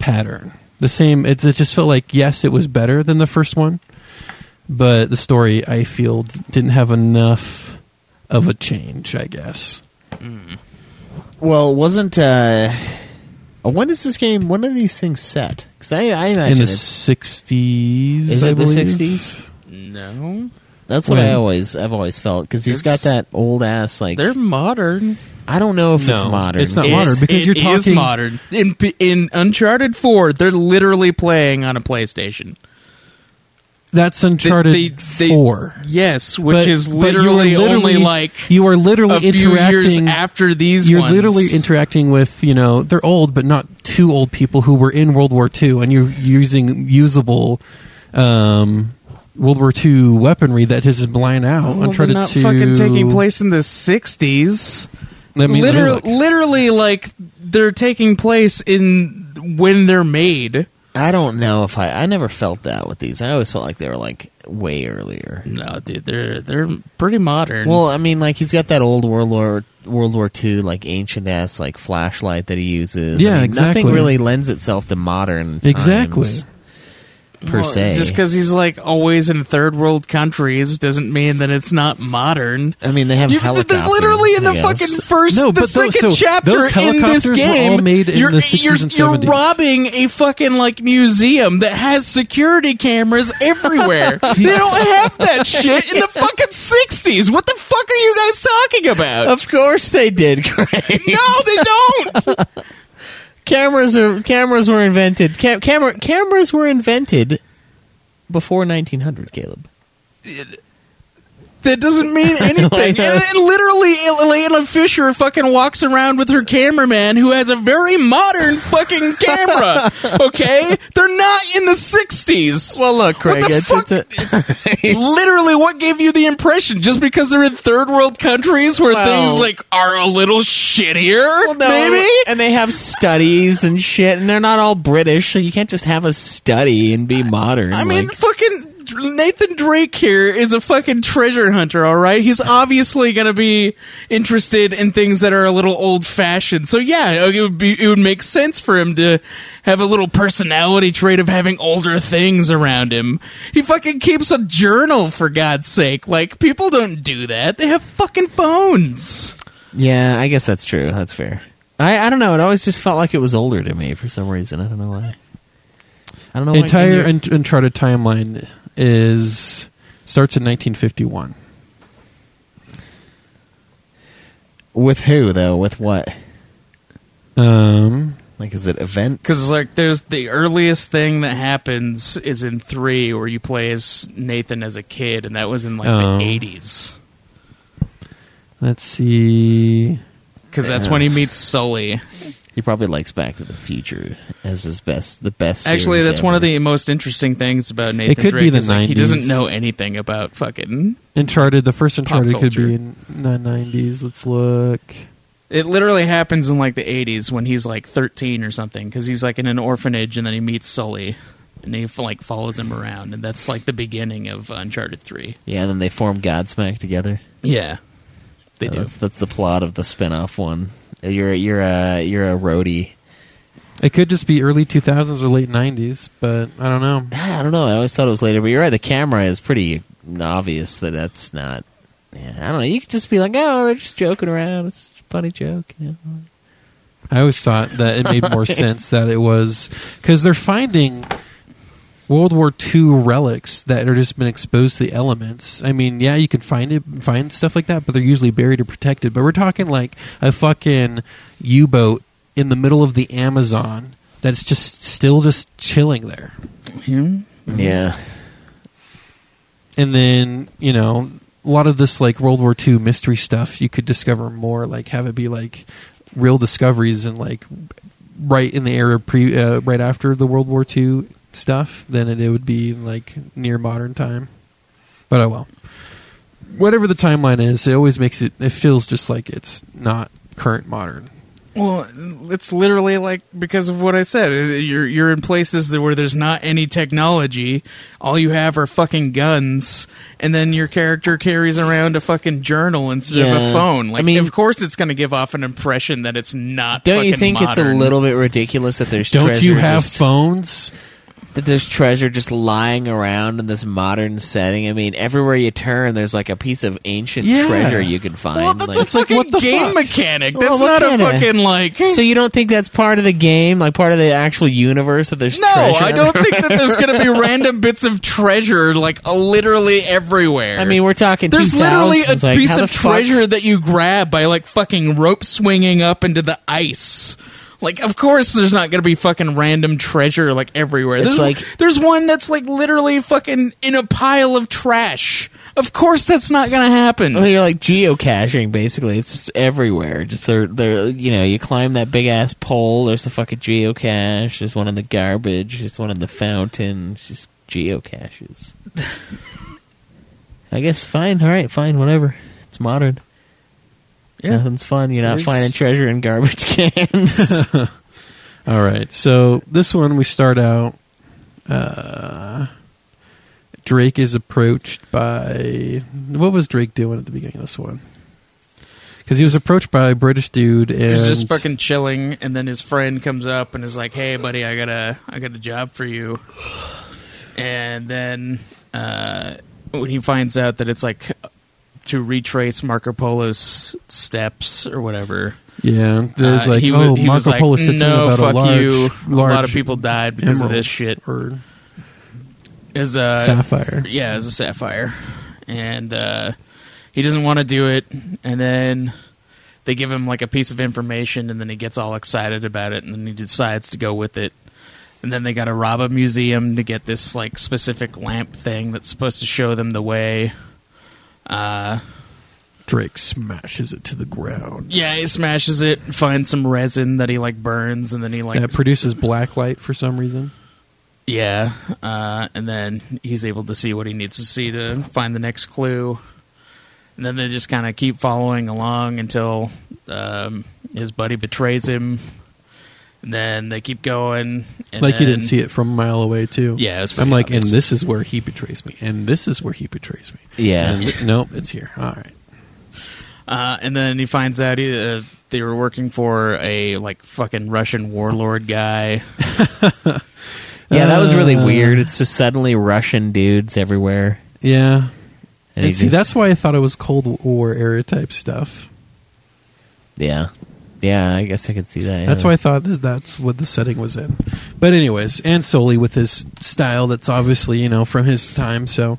pattern. The same. It, it just felt like yes, it was better than the first one, but the story I feel didn't have enough of a change. I guess.
well, wasn't. Uh, when is this game? When are these things set? Because I, I imagine
in the
it's.
sixties.
Is it the sixties?
no.
That's what I
When?
always, I've always felt because he's got
It's-
that old ass like.
They're modern.
I don't know if it's
No,
modern.
it's not
It's-
modern. because
it
you're
is
talking-
modern in in Uncharted Four. They're literally playing on a PlayStation.
That's Uncharted
they- they-
Four,
Yes, which
But-
is
but you are
literally, only like
you are literally
a few
interacting
years after these.
You're
ones.
literally interacting with you know they're old but not too old people who were in World War II, and you're using usable. Um, World War II weaponry that is blind out.
Oh, Well, they're
Uncharted
not
2.
fucking taking place in the '60s.
Let me, let me
literally,
look.
literally, like they're taking place in when they're made.
I don't know if I. I never felt that with these. I always felt like they were like way earlier.
No, dude, they're they're pretty modern.
Well, I mean, like he's got that old World War World War II like ancient ass like flashlight that he uses. I
Yeah,
mean,
exactly.
Nothing really lends itself to modern. times.
Exactly.
per
Well,
se.
Just because he's like always in third world countries doesn't mean that it's not modern.
I mean, they have
You-
helicopters.
literally in
I
the
guess.
fucking first,
No,
the
but those- so
second chapter
those
in this
helicopters were
game,
all made in
you're,
the 60s
you're,
and
you're
70s.
robbing a fucking like museum that has security cameras everywhere. they don't have that shit in the fucking sixties. What the fuck are you guys talking about?
Of course they did, Craig.
no, they don't.
cameras are cameras were invented. Cam- camera cameras were invented before 1900, Caleb.
That doesn't mean anything. and, and literally, Elena Fisher fucking walks around with her cameraman who has a very modern fucking camera. Okay? They're not in the 60s.
Well, look, Craig.
the
it's,
fuck?
it's a-
literally, what gave you the impression? Just because they're in third world countries where
Well-
things like are a little shittier?
well, no,
Maybe?
and they have studies and shit, and they're not all British, so you can't just have a study and be modern.
I mean,
like-
fucking Nathan Drake here is a fucking treasure hunter, all right? He's obviously going to be interested in things that are a little old fashioned. So, yeah, it would, be, it would make sense for him to have a little personality trait of having older things around him. He fucking keeps a journal, for God's sake. Like, people don't do that. They have fucking phones.
yeah, I guess that's true. That's fair. I, I don't know. It always just felt like it was older to me for some reason. I don't know why. I
Oh
don't know. why-
entire
and
Ent- Uncharted timeline is starts in 1951.
you're- with who though? With what?
Um,
Like, is it events?
Because like, there's the earliest thing that happens is in three, where you play as Nathan as a kid, and that was in like
Oh.
the eighties.
let's see.
Because that's when he meets Sully.
He probably likes Back to the Future as his best, the best.
Actually,
series
that's one of
ever.
the most interesting things about Nathan.
could be
Drake
the
is, like, He
90s.
doesn't know anything about fucking.
Uncharted, the first Uncharted could
culture.
be in the 90s. Let's look.
It literally happens in like the eighties when he's like thirteen or something, because he's like in an orphanage, and then he meets Sully, and he like follows him around, and that's like the beginning of Uncharted Three.
Yeah, then they form Godsmack together.
Yeah, they
Yeah,
do.
That's, that's the plot of the spin-off one. Uh, You're you're a you're a roadie.
It could just be early 2000s or late 90s, but I don't know.
Ah, I don't know. I always thought it was later, but you're right. The camera is pretty obvious that that's not. Yeah, I don't know. You could just be like, oh, they're just joking around. It's a funny joke. You know?
I always thought that it made more sense that it was because they're finding World War II relics that are just been exposed to the elements. I mean, yeah, you can find it, find stuff like that, but they're usually buried or protected. But we're talking like a fucking U boat in the middle of the Amazon that's just still just chilling there.
Hmm?
Mm-hmm.
Yeah.
and then you know a lot of this like world war ii mystery stuff you could discover more like have it be like real discoveries and like right in the era pre uh, right after the world war ii stuff than it, it would be like near modern time but oh well whatever the timeline is it always makes it it feels just like it's not current modern
Well, it's literally like because of what I said. uh, You're you're in places that- where there's not any technology. All you have are fucking guns, and then your character carries around a fucking journal instead of
Yeah.
a phone. Like,
I mean-
of course, it's going to give off an impression that it's not.
Don't you
fucking
think it's a
modern.
little bit ridiculous that there's
don't
treasure
you have
just-
phones
that there's treasure just lying around in this modern setting? I mean, everywhere you turn, there's like a piece of ancient
Yeah.
treasure you can find.
Well, that's
Like-
a fucking
what the
game
fuck?
mechanic.
Well,
That's
what
not a
kinda-
fucking like.
so you don't think that's part of the game, like part of the actual universe that there's
no,
treasure
I don't think that there's going to be random bits of treasure like uh, literally everywhere.
I mean, we're talking.
There's literally a
2000s, like,
piece
how
of
the fuck-
treasure that you grab by like fucking rope swinging up into the ice. Like, of course, there's not gonna be fucking random treasure like everywhere.
It's
There's
like-
there's one that's like literally fucking in a pile of trash. Of course, that's not gonna happen.
Well, Oh, you're like geocaching, basically. It's just everywhere. Just they're they're you know you climb that big ass pole. There's a fucking geocache. There's one in the garbage. There's one in the fountain. It's just geocaches. I guess fine. All right, fine. Whatever. It's modern. Nothing's fun. You're not
It's-
finding treasure in garbage cans.
All right. So this one we start out. Uh, Drake is approached by what was Drake doing at the beginning of this one? Because he was approached by a British dude and
He's just fucking chilling, and then his friend comes up and is like, "Hey, buddy, I got a, I got a job for you." and then uh, when he finds out that it's like to retrace Marco Polo's steps or whatever.
Yeah, there's
uh,
like
he wa-
oh
he was
Marco
like,
Polo sits
no,
in about
fuck
a large,
you.
large
a lot of people died because of this shit.
or
Is a
sapphire.
yeah, as a sapphire, and uh, he doesn't want to do it. And then they give him like a piece of information, and then he gets all excited about it, and then he decides to go with it. And then they got to rob a museum to get this like specific lamp thing that's supposed to show them the way. Uh,
Drake smashes it to the ground.
yeah, he smashes it, finds some resin that he like burns, and then he like
that produces black light for some reason.
Yeah, uh, and then he's able to see what he needs to see to find the next clue. And then they just kind of keep following along until um, his buddy betrays him. And then they keep going. And
like you
then-
didn't see it from a mile away too.
Yeah, it was pretty
I'm like,
obvious.
and this is where he betrays me, and this is where he betrays me.
Yeah.
and th- nope, it's here. All right,
Uh, and then he finds out uh, they were working for a like fucking Russian warlord guy.
Yeah, that was really weird. It's just suddenly Russian dudes everywhere.
yeah. And,
he
see,
just-
that's why I thought it was Cold War era type stuff.
Yeah, yeah. I guess I could see that. yeah.
That's why I thought that that's what the setting was in. But anyways, and solely with his style that's obviously, you know, from his time. So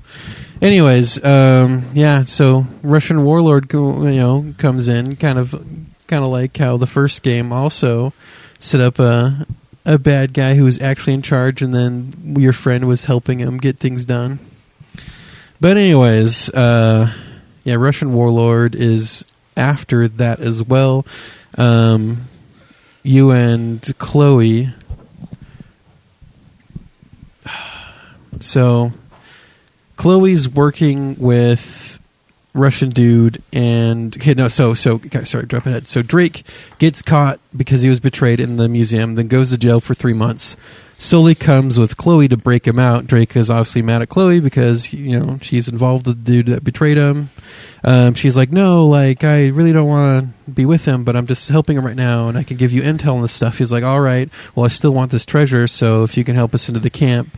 anyways, um yeah, so Russian warlord go- you know comes in kind of kind of like how the first game also set up a a bad guy who was actually in charge and then your friend was helping him get things done. But anyways, uh, yeah, Russian warlord is after that as well. Um, you and Chloe. So, Chloe's working with Russian dude and okay, no. So so okay, sorry, jump ahead. So Drake gets caught because he was betrayed in the museum, then goes to jail for three months. Sully comes with Chloe to break him out. Drake is obviously mad at Chloe because you know she's involved with the dude that betrayed him. Um, she's like, no, like I really don't want to be with him, but I'm just helping him right now, and I can give you intel on this stuff. He's like, all right, well I still want this treasure, so if you can help us into the camp,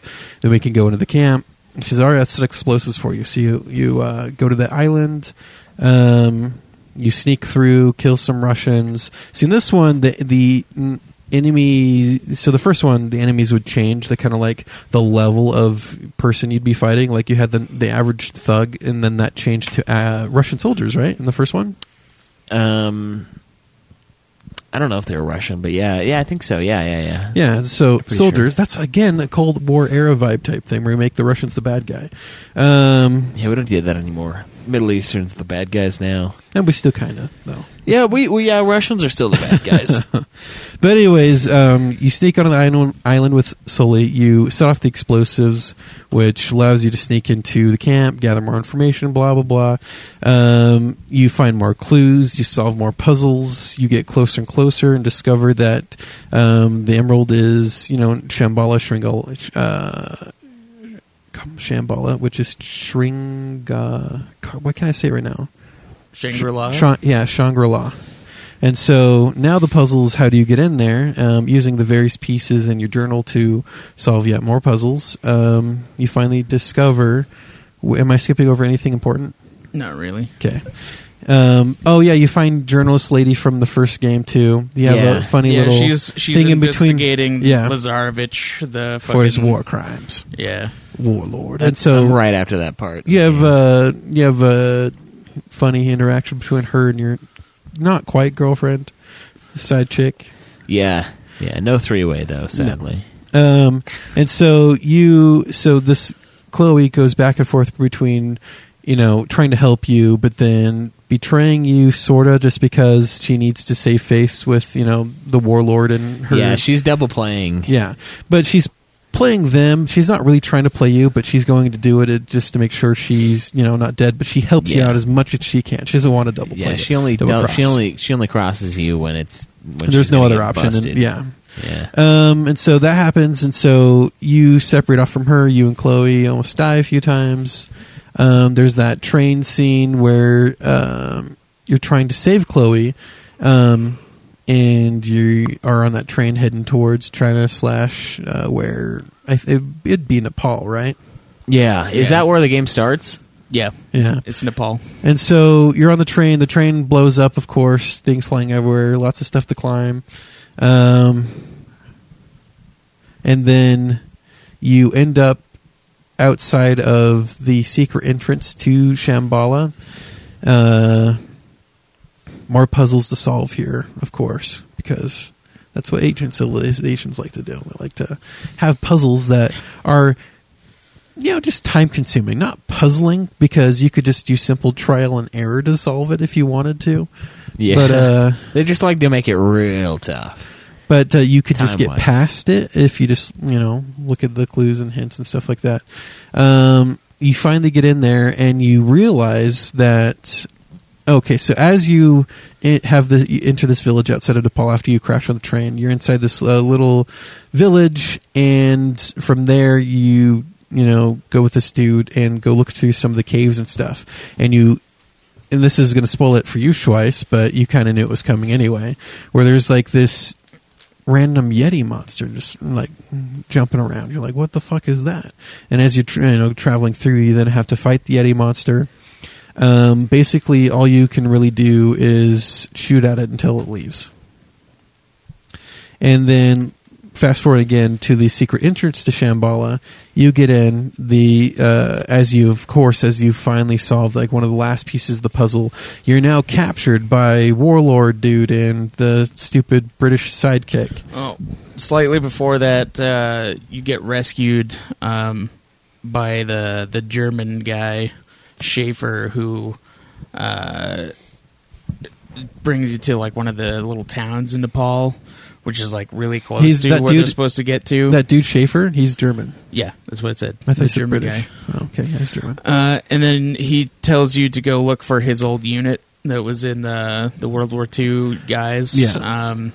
then we can go into the camp. She says, "All right, that's explosives for you." So you you uh, go to the island, um, you sneak through, kill some Russians. See, in this one, the the mm, enemy. So the first one, the enemies would change the kind of like the level of person you'd be fighting. Like you had the the average thug, and then that changed to uh, Russian soldiers, right? In the first one,
Um, I don't know if they're Russian, but yeah, yeah, I think so. Yeah, yeah, yeah.
Yeah, so
pretty
soldiers.
sure.
That's again a Cold War era vibe type thing where we make the Russians the bad guy. Um,
Yeah, we don't do that anymore. Middle Easterns are the bad guys now.
and we still kind of though.
Yeah, we, we yeah, Russians are still the bad guys.
But anyways, um, you sneak onto the island, island with Sully. You set off the explosives, which allows you to sneak into the camp, gather more information, blah blah blah. Um, you find more clues. You solve more puzzles. You get closer and closer, and discover that um, the emerald is, you know, Shambhala Shringal. Uh, Shambhala, which is Shringa. What can I say right now?
Shangri La.
Shang- yeah, Shangri La. And so now the puzzle is how do you get in there? Um, using the various pieces in your journal to solve yet more puzzles, um, you finally discover. w- Am I skipping over anything important?
Not really.
Okay. Um, oh yeah, you find journalist lady from the first game too. You have
Yeah.
a funny
yeah,
little
she's she's
thing in between.
investigating
yeah,
Lazarevich, the fucking,
for his war crimes,
Yeah,
warlord. and so
I'm right after that part.
you have uh, you have a funny interaction between her and your not quite girlfriend, side chick.
yeah, yeah. No three way though, sadly.
Um, and so you, so this Chloe goes back and forth between, you know, trying to help you, but then betraying you, sorta, just because she needs to save face with, you know, the warlord and her.
Yeah, she's double playing.
yeah, but she's playing them. She's not really trying to play you, but she's going to do it uh, just to make sure she's, you know, not dead. But she helps you
Yeah.
out as much as she can. She doesn't want to double play.
Yeah,
you,
she only
double
dou-
cross.
she only she only crosses you when it's when
There's
she's
no
gonna
other
get
option. than-
busted.
yeah.
yeah.
Um, and so that happens, and so you separate off from her. You and Chloe almost die a few times. Um, there's that train scene where um, you're trying to save Chloe, um, and you are on that train heading towards China slash uh, where I th- it'd be Nepal, right?
Yeah. Is
Yeah.
that where the game starts?
Yeah,
Yeah.
it's Nepal.
And so you're on the train. The train blows up, of course. Things flying everywhere. Lots of stuff to climb. Um, and then you end up outside of the secret entrance to Shambhala. Uh, more puzzles to solve here, of course, because that's what ancient civilizations like to do. They like to have puzzles that are you know, just time consuming, not puzzling, because you could just do simple trial and error to solve it if you wanted to.
Yeah.
But uh,
They just like to make it real tough.
but uh, you could just get
Time-wise.
past it if you just you know look at the clues and hints and stuff like that. Um, you finally get in there and you realize that okay, so as you i- have the you enter this village outside of Nepal after you crash on the train, you're inside this uh, little village, and from there you you know go with this dude and go look through some of the caves and stuff, and you and this is going to spoil it for you, Schweiss, but you kind of knew it was coming anyway. Where there's like this random Yeti monster just like jumping around. You're like, what the fuck is that? And as you're tr you know traveling through, you then have to fight the Yeti monster. Um, basically, all you can really do is shoot at it until it leaves, and then fast forward again to the secret entrance to Shambhala. You get in the uh, as you of course as you finally solve like one of the last pieces of the puzzle. You're now captured by warlord dude and the stupid British sidekick.
Oh, slightly before that, uh, you get rescued um, by the the German guy Schaefer, who uh, brings you to like one of the little towns in Nepal, which is like really close
He's-
to
that
where they're
dude-
supposed to get to.
That dude Schaefer, he's German.
yeah, that's what it said.
I thought
the
he said
German
British.
guy.
Oh, okay, yeah, he's German.
Uh, and then he tells you to go look for his old unit that was in the the World War II guys.
Yeah.
Um,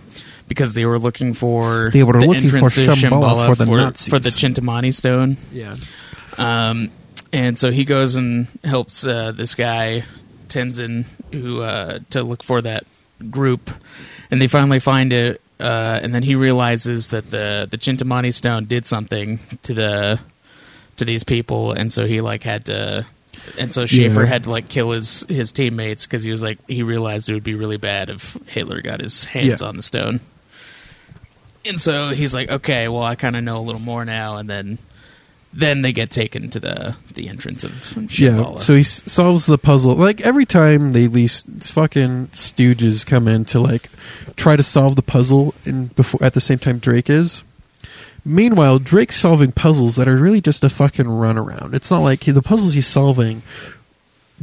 because they were looking for
They were looking for
entrance to
Shambhala for the
for,
Nazis.
for the Chintamani stone.
Yeah.
Um, and so he goes and helps uh, this guy Tenzin who uh, to look for that group, and they finally find it. Uh, and then he realizes that the the Chintamani stone did something to the to these people, and so he like had to. And so Schaefer
Yeah.
had to like kill his his teammates because he was like he realized it would be really bad if Hitler got his hands
Yeah.
on the stone. And so he's like, okay, well, I kind of know a little more now. And then then they get taken to the the entrance of Shambhala.
Yeah, so he s- solves the puzzle. Like every time they these fucking stooges come in to like try to solve the puzzle, and before at the same time Drake is. Meanwhile, Drake's solving puzzles that are really just a fucking runaround. It's not like he- the puzzles he's solving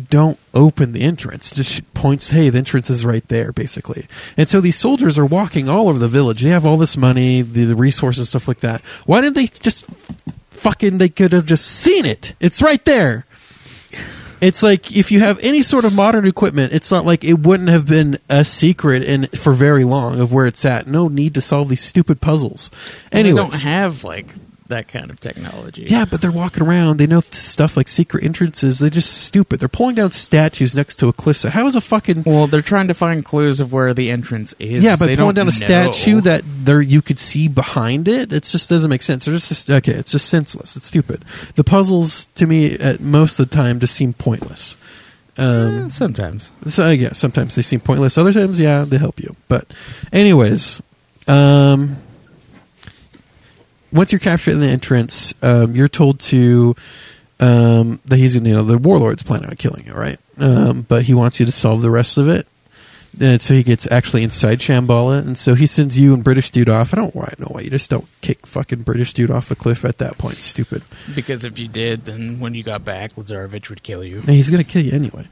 don't open the entrance. It Just points, hey, the entrance is right there, basically. And so these soldiers are walking all over the village. They have all this money, the, the resources, and stuff like that. Why didn't they just fucking? They could have just seen it. It's right there. It's like if you have any sort of modern equipment, it's not like it wouldn't have been a secret and for very long of where it's at. No need to solve these stupid puzzles.
and they
Anyways.
don't have like that kind of technology.
Yeah, but they're walking around. They know th- stuff like secret entrances. They're just stupid. They're pulling down statues next to a cliffside. How is a fucking
Well, they're trying to find clues of where the entrance is.
yeah? But
They
pulling
don't
down a statue
know.
that there you could see behind it. It just doesn't make sense. They're just okay. It's just senseless. It's stupid. The puzzles to me at most of the time just seem pointless.
Eh, sometimes.
So uh, yeah, sometimes they seem pointless. Other times, yeah, they help you. But, anyways, um, once you're captured in the entrance, um, you're told to um, that he's gonna, you know the warlord's planning on killing you, right? Um, but he wants you to solve the rest of it. And so he gets actually inside Shambhala, and so he sends you and British dude off. I don't why know why you just don't kick fucking British dude off a cliff at that point. Stupid.
Because if you did, then when you got back, Lazarevich would kill you.
And he's going to kill you anyway.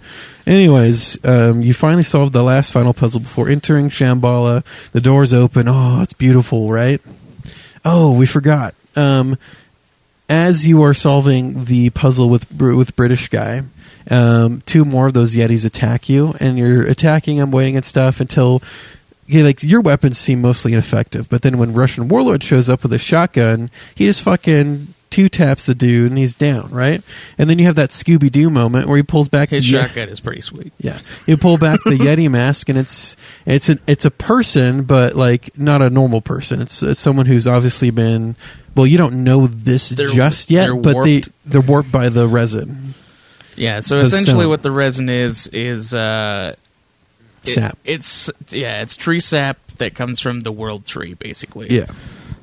Anyways, um, you finally solved the last final puzzle before entering Shambhala. The doors open. Oh, it's beautiful, right? Oh, we forgot. Um, as you are solving the puzzle with Br- with British guy, um, two more of those Yetis attack you, and you're attacking them, waiting and stuff until. Yeah, like your weapons seem mostly ineffective, but then when Russian warlord shows up with a shotgun, he just fucking two taps the dude and he's down, right? And then you have that Scooby Doo moment where he pulls back
His
Yeah.
shotgun is pretty sweet.
Yeah, you pull back the Yeti mask, and it's it's an, it's a person, but like not a normal person. It's, it's someone who's obviously been Well, you don't know this
They're-
just yet,
they're
but they
warped.
they're warped by the resin
Yeah, so
The
essentially
stone.
what the resin is is uh it-
sap.
it's yeah, it's tree sap that comes from the world tree basically.
Yeah,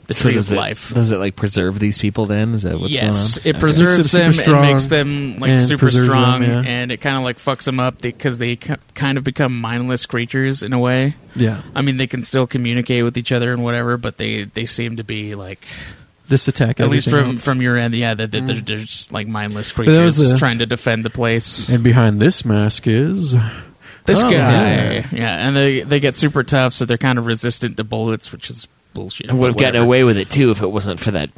The
So
tree
does
of
it,
life.
Does it like preserve these people? Then is that what's
yes,
going on?
it
Okay.
Makes
preserves
them
them
super
and makes
strong
them like
and
super
preserves them,
strong,
yeah.
and it kind of like fucks them up because they c- kind of become mindless creatures in a way.
yeah.
I mean, they can still communicate with each other and whatever, but they they seem to be like
This attack,
at least
everything
from
else. Mm.
from your end, yeah, that that they're, they're just like mindless
that was
creatures
the-
trying to defend the place.
and behind this mask is
This
Oh,
guy,
yeah.
yeah. and they they get super tough, so they're kind of resistant to bullets, which is bullshit.
I would have
but
gotten
whatever.
away with it too if it wasn't for that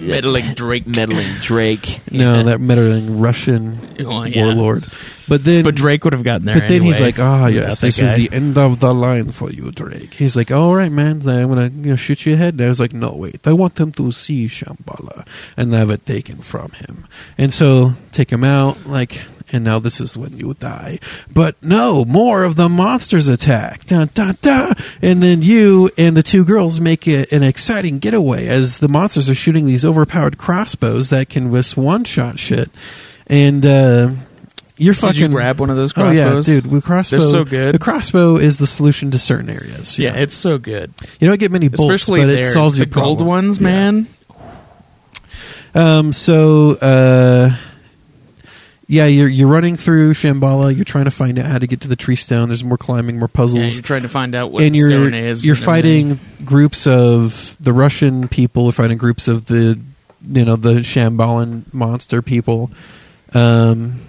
meddling Drake,
meddling Drake.
no that meddling Russian
Well, Oh, yeah.
warlord. But then,
but Drake would have gotten there.
But then he's
anyway,
like, "Ah,
without
yes,
that
this
guy."
is the end of the line for you, Drake." He's like, "All right, man, then I'm gonna you know shoot you ahead." And I was like, "No, wait, I want them to see Shambhala and have it taken from him." And so take him out, like, and now this is when you die. But no, more of the monsters attack. Da da da. And then you and the two girls make it an exciting getaway as the monsters are shooting these overpowered crossbows that can whisk one shot shit. And uh, you're
Did
fucking
you grab one of those
Oh yeah,
crossbows?
dude, with crossbow.
They're so good.
The crossbow is the solution to certain areas.
yeah, it's so good,
you don't get many bolts,
especially
but it
theirs.
solves
the
your problem.
gold ones,
Yeah.
man.
Um, so, uh, yeah, you're you're running through Shambhala. You're trying to find out how to get to the tree stone. There's more climbing, more
Yeah,
puzzles.
you're trying to find out what
and you're
stone is.
you're
and
fighting
everything.
groups of the Russian people. You're fighting groups of the you know the Shambalan monster people. Um,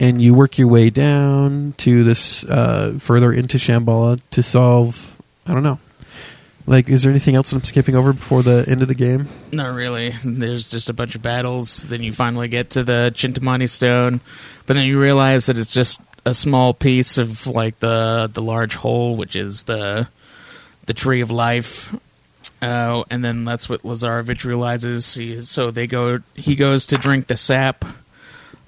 and you work your way down to this uh, further into Shambhala to solve. I don't know. Like, is there anything else that I'm skipping over before the end of the game?
Not really. There's just a bunch of battles. Then you finally get to the Chintamani Stone, but then you realize that it's just a small piece of like the the large whole, which is the the Tree of Life. Uh, and then that's what Lazarevich realizes. He, so they go. He goes to drink the sap.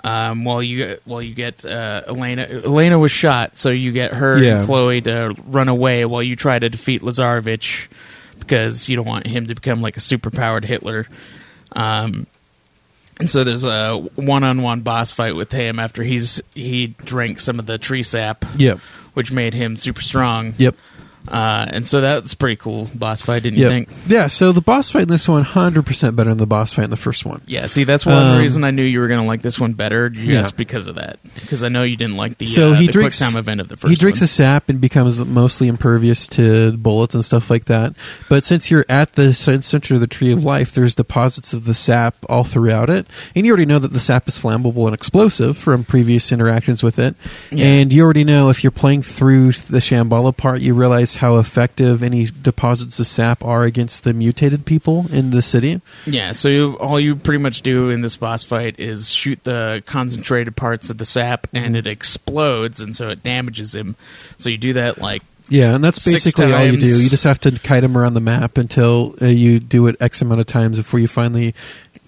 Um, while you while you get uh, Elena, Elena was shot, so you get her
Yeah.
and Chloe to run away while you try to defeat Lazarevich because you don't want him to become like a superpowered Hitler. Um, and so there's a one-on-one boss fight with him after he's he drank some of the tree sap,
Yep.
which made him super strong.
Yep.
Uh, and so that's a pretty cool boss fight, didn't you think?
Yeah, so the boss fight in this one, 100% better than the boss fight in the first one.
Yeah, see, that's one
Um,
reason I knew you were going to like this one better, just
Yeah.
because of that. Because I know you didn't like the
So
uh,
he
the
drinks-
quick time event of the first.
He drinks
one.
a sap and becomes mostly impervious to bullets and stuff like that. But since you're at the cen- center of the tree of life, there's deposits of the sap all throughout it. And you already know that the sap is flammable and explosive from previous interactions with it.
Yeah.
And you already know if you're playing through the Shambhala part, you realize how effective any deposits of sap are against the mutated people in the city.
Yeah, so you, all you pretty much do in this boss fight is shoot the concentrated parts of the sap,
Mm-hmm.
and it explodes, and so it damages him. So you do that like
Yeah, and that's
Six
basically all you
times.
do. You just have to kite them around the map until uh, you do it X amount of times before you finally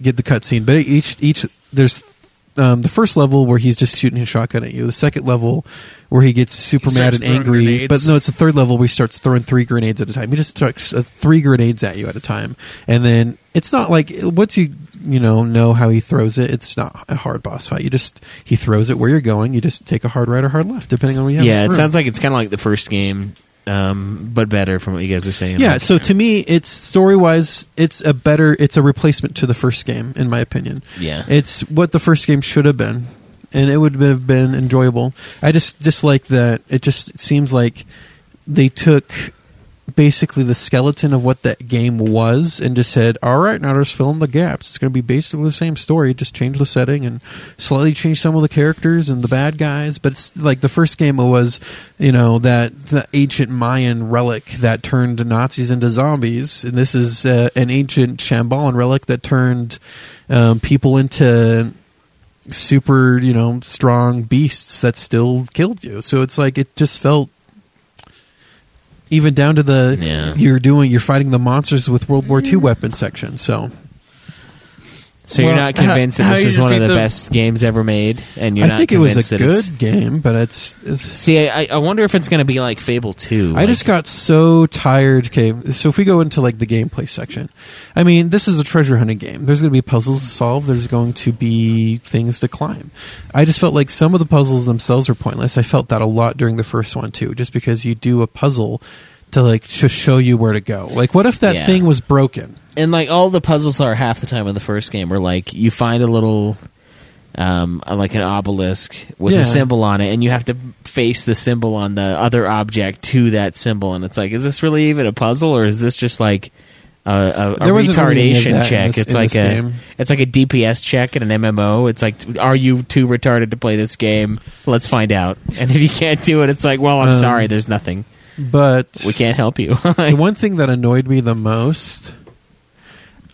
get the cutscene. But each each there's um, the first level where he's just shooting his shotgun at you. The second level where he gets super
He
mad
starts
and
throwing
angry.
grenades.
But no, it's the third level where he starts throwing three grenades at a time. He just throws uh, three grenades at you at a time, and then it's not like once you you know know how he throws it. It's not a hard boss fight. You just he throws it where you're going. You just take a hard right or hard left depending on where you have.
yeah,
in
it
the room.
sounds like it's kind of like the first game, um, but better from what you guys are saying.
Yeah, so to me, it's story wise, it's a better, it's a replacement to the first game, in my opinion.
Yeah.
It's what the first game should have been, and it would have been enjoyable. I just dislike that it just seems like they took basically the skeleton of what that game was and just said, all right, now just fill in the gaps. It's going to be basically the same story, just change the setting and slightly change some of the characters and the bad guys. But it's like the first game was, you know, that the ancient Mayan relic that turned Nazis into zombies. And this is uh, an ancient Shambalan relic that turned um, people into super, you know, strong beasts that still killed you. So it's like it just felt even down to the
Yeah.
you're doing you're fighting the monsters with World War II weapon section. So
So you're
Well,
not convinced
how-
that
how
this
you
is one of
think
the,
the-
best games ever made, and you're
I
not
think it
convinced
was a
that it's-
good game, but it's. it's
See, I, I wonder if it's going to be like Fable Two.
I just got so tired. Okay, so if we go into like the gameplay section, I mean, this is a treasure hunting game. There's going to be puzzles to solve. There's going to be things to climb. I just felt like some of the puzzles themselves were pointless. I felt that a lot during the first one too, just because you do a puzzle to like just show you where to go. Like, what if that
Yeah.
thing was broken?
and like all the puzzles are half the time of the first game where like you find a little um like an obelisk with
Yeah.
a symbol on it and you have to face the symbol on the other object to that symbol and it's like is this really even a puzzle or is this just like a, a, a
There wasn't really any of
retardation
that in
check
this-
it's
in
like a
this game.
it's like a dps check in an mmo it's like are you too retarded to play this game let's find out and if you can't do it it's like well i'm
Um,
sorry there's nothing
But
we can't help you
the one thing that annoyed me the most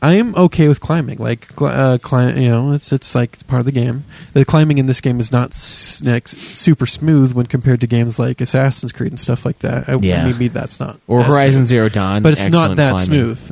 i'm okay with climbing like cl- uh, cli- you know it's it's like it's part of the game the climbing in this game is not s- like, s- super smooth when compared to games like assassin's creed and stuff like that I,
Yeah.
maybe that's not
or
as
horizon
smooth.
zero dawn
but it's not
excellent
that
climbing.
smooth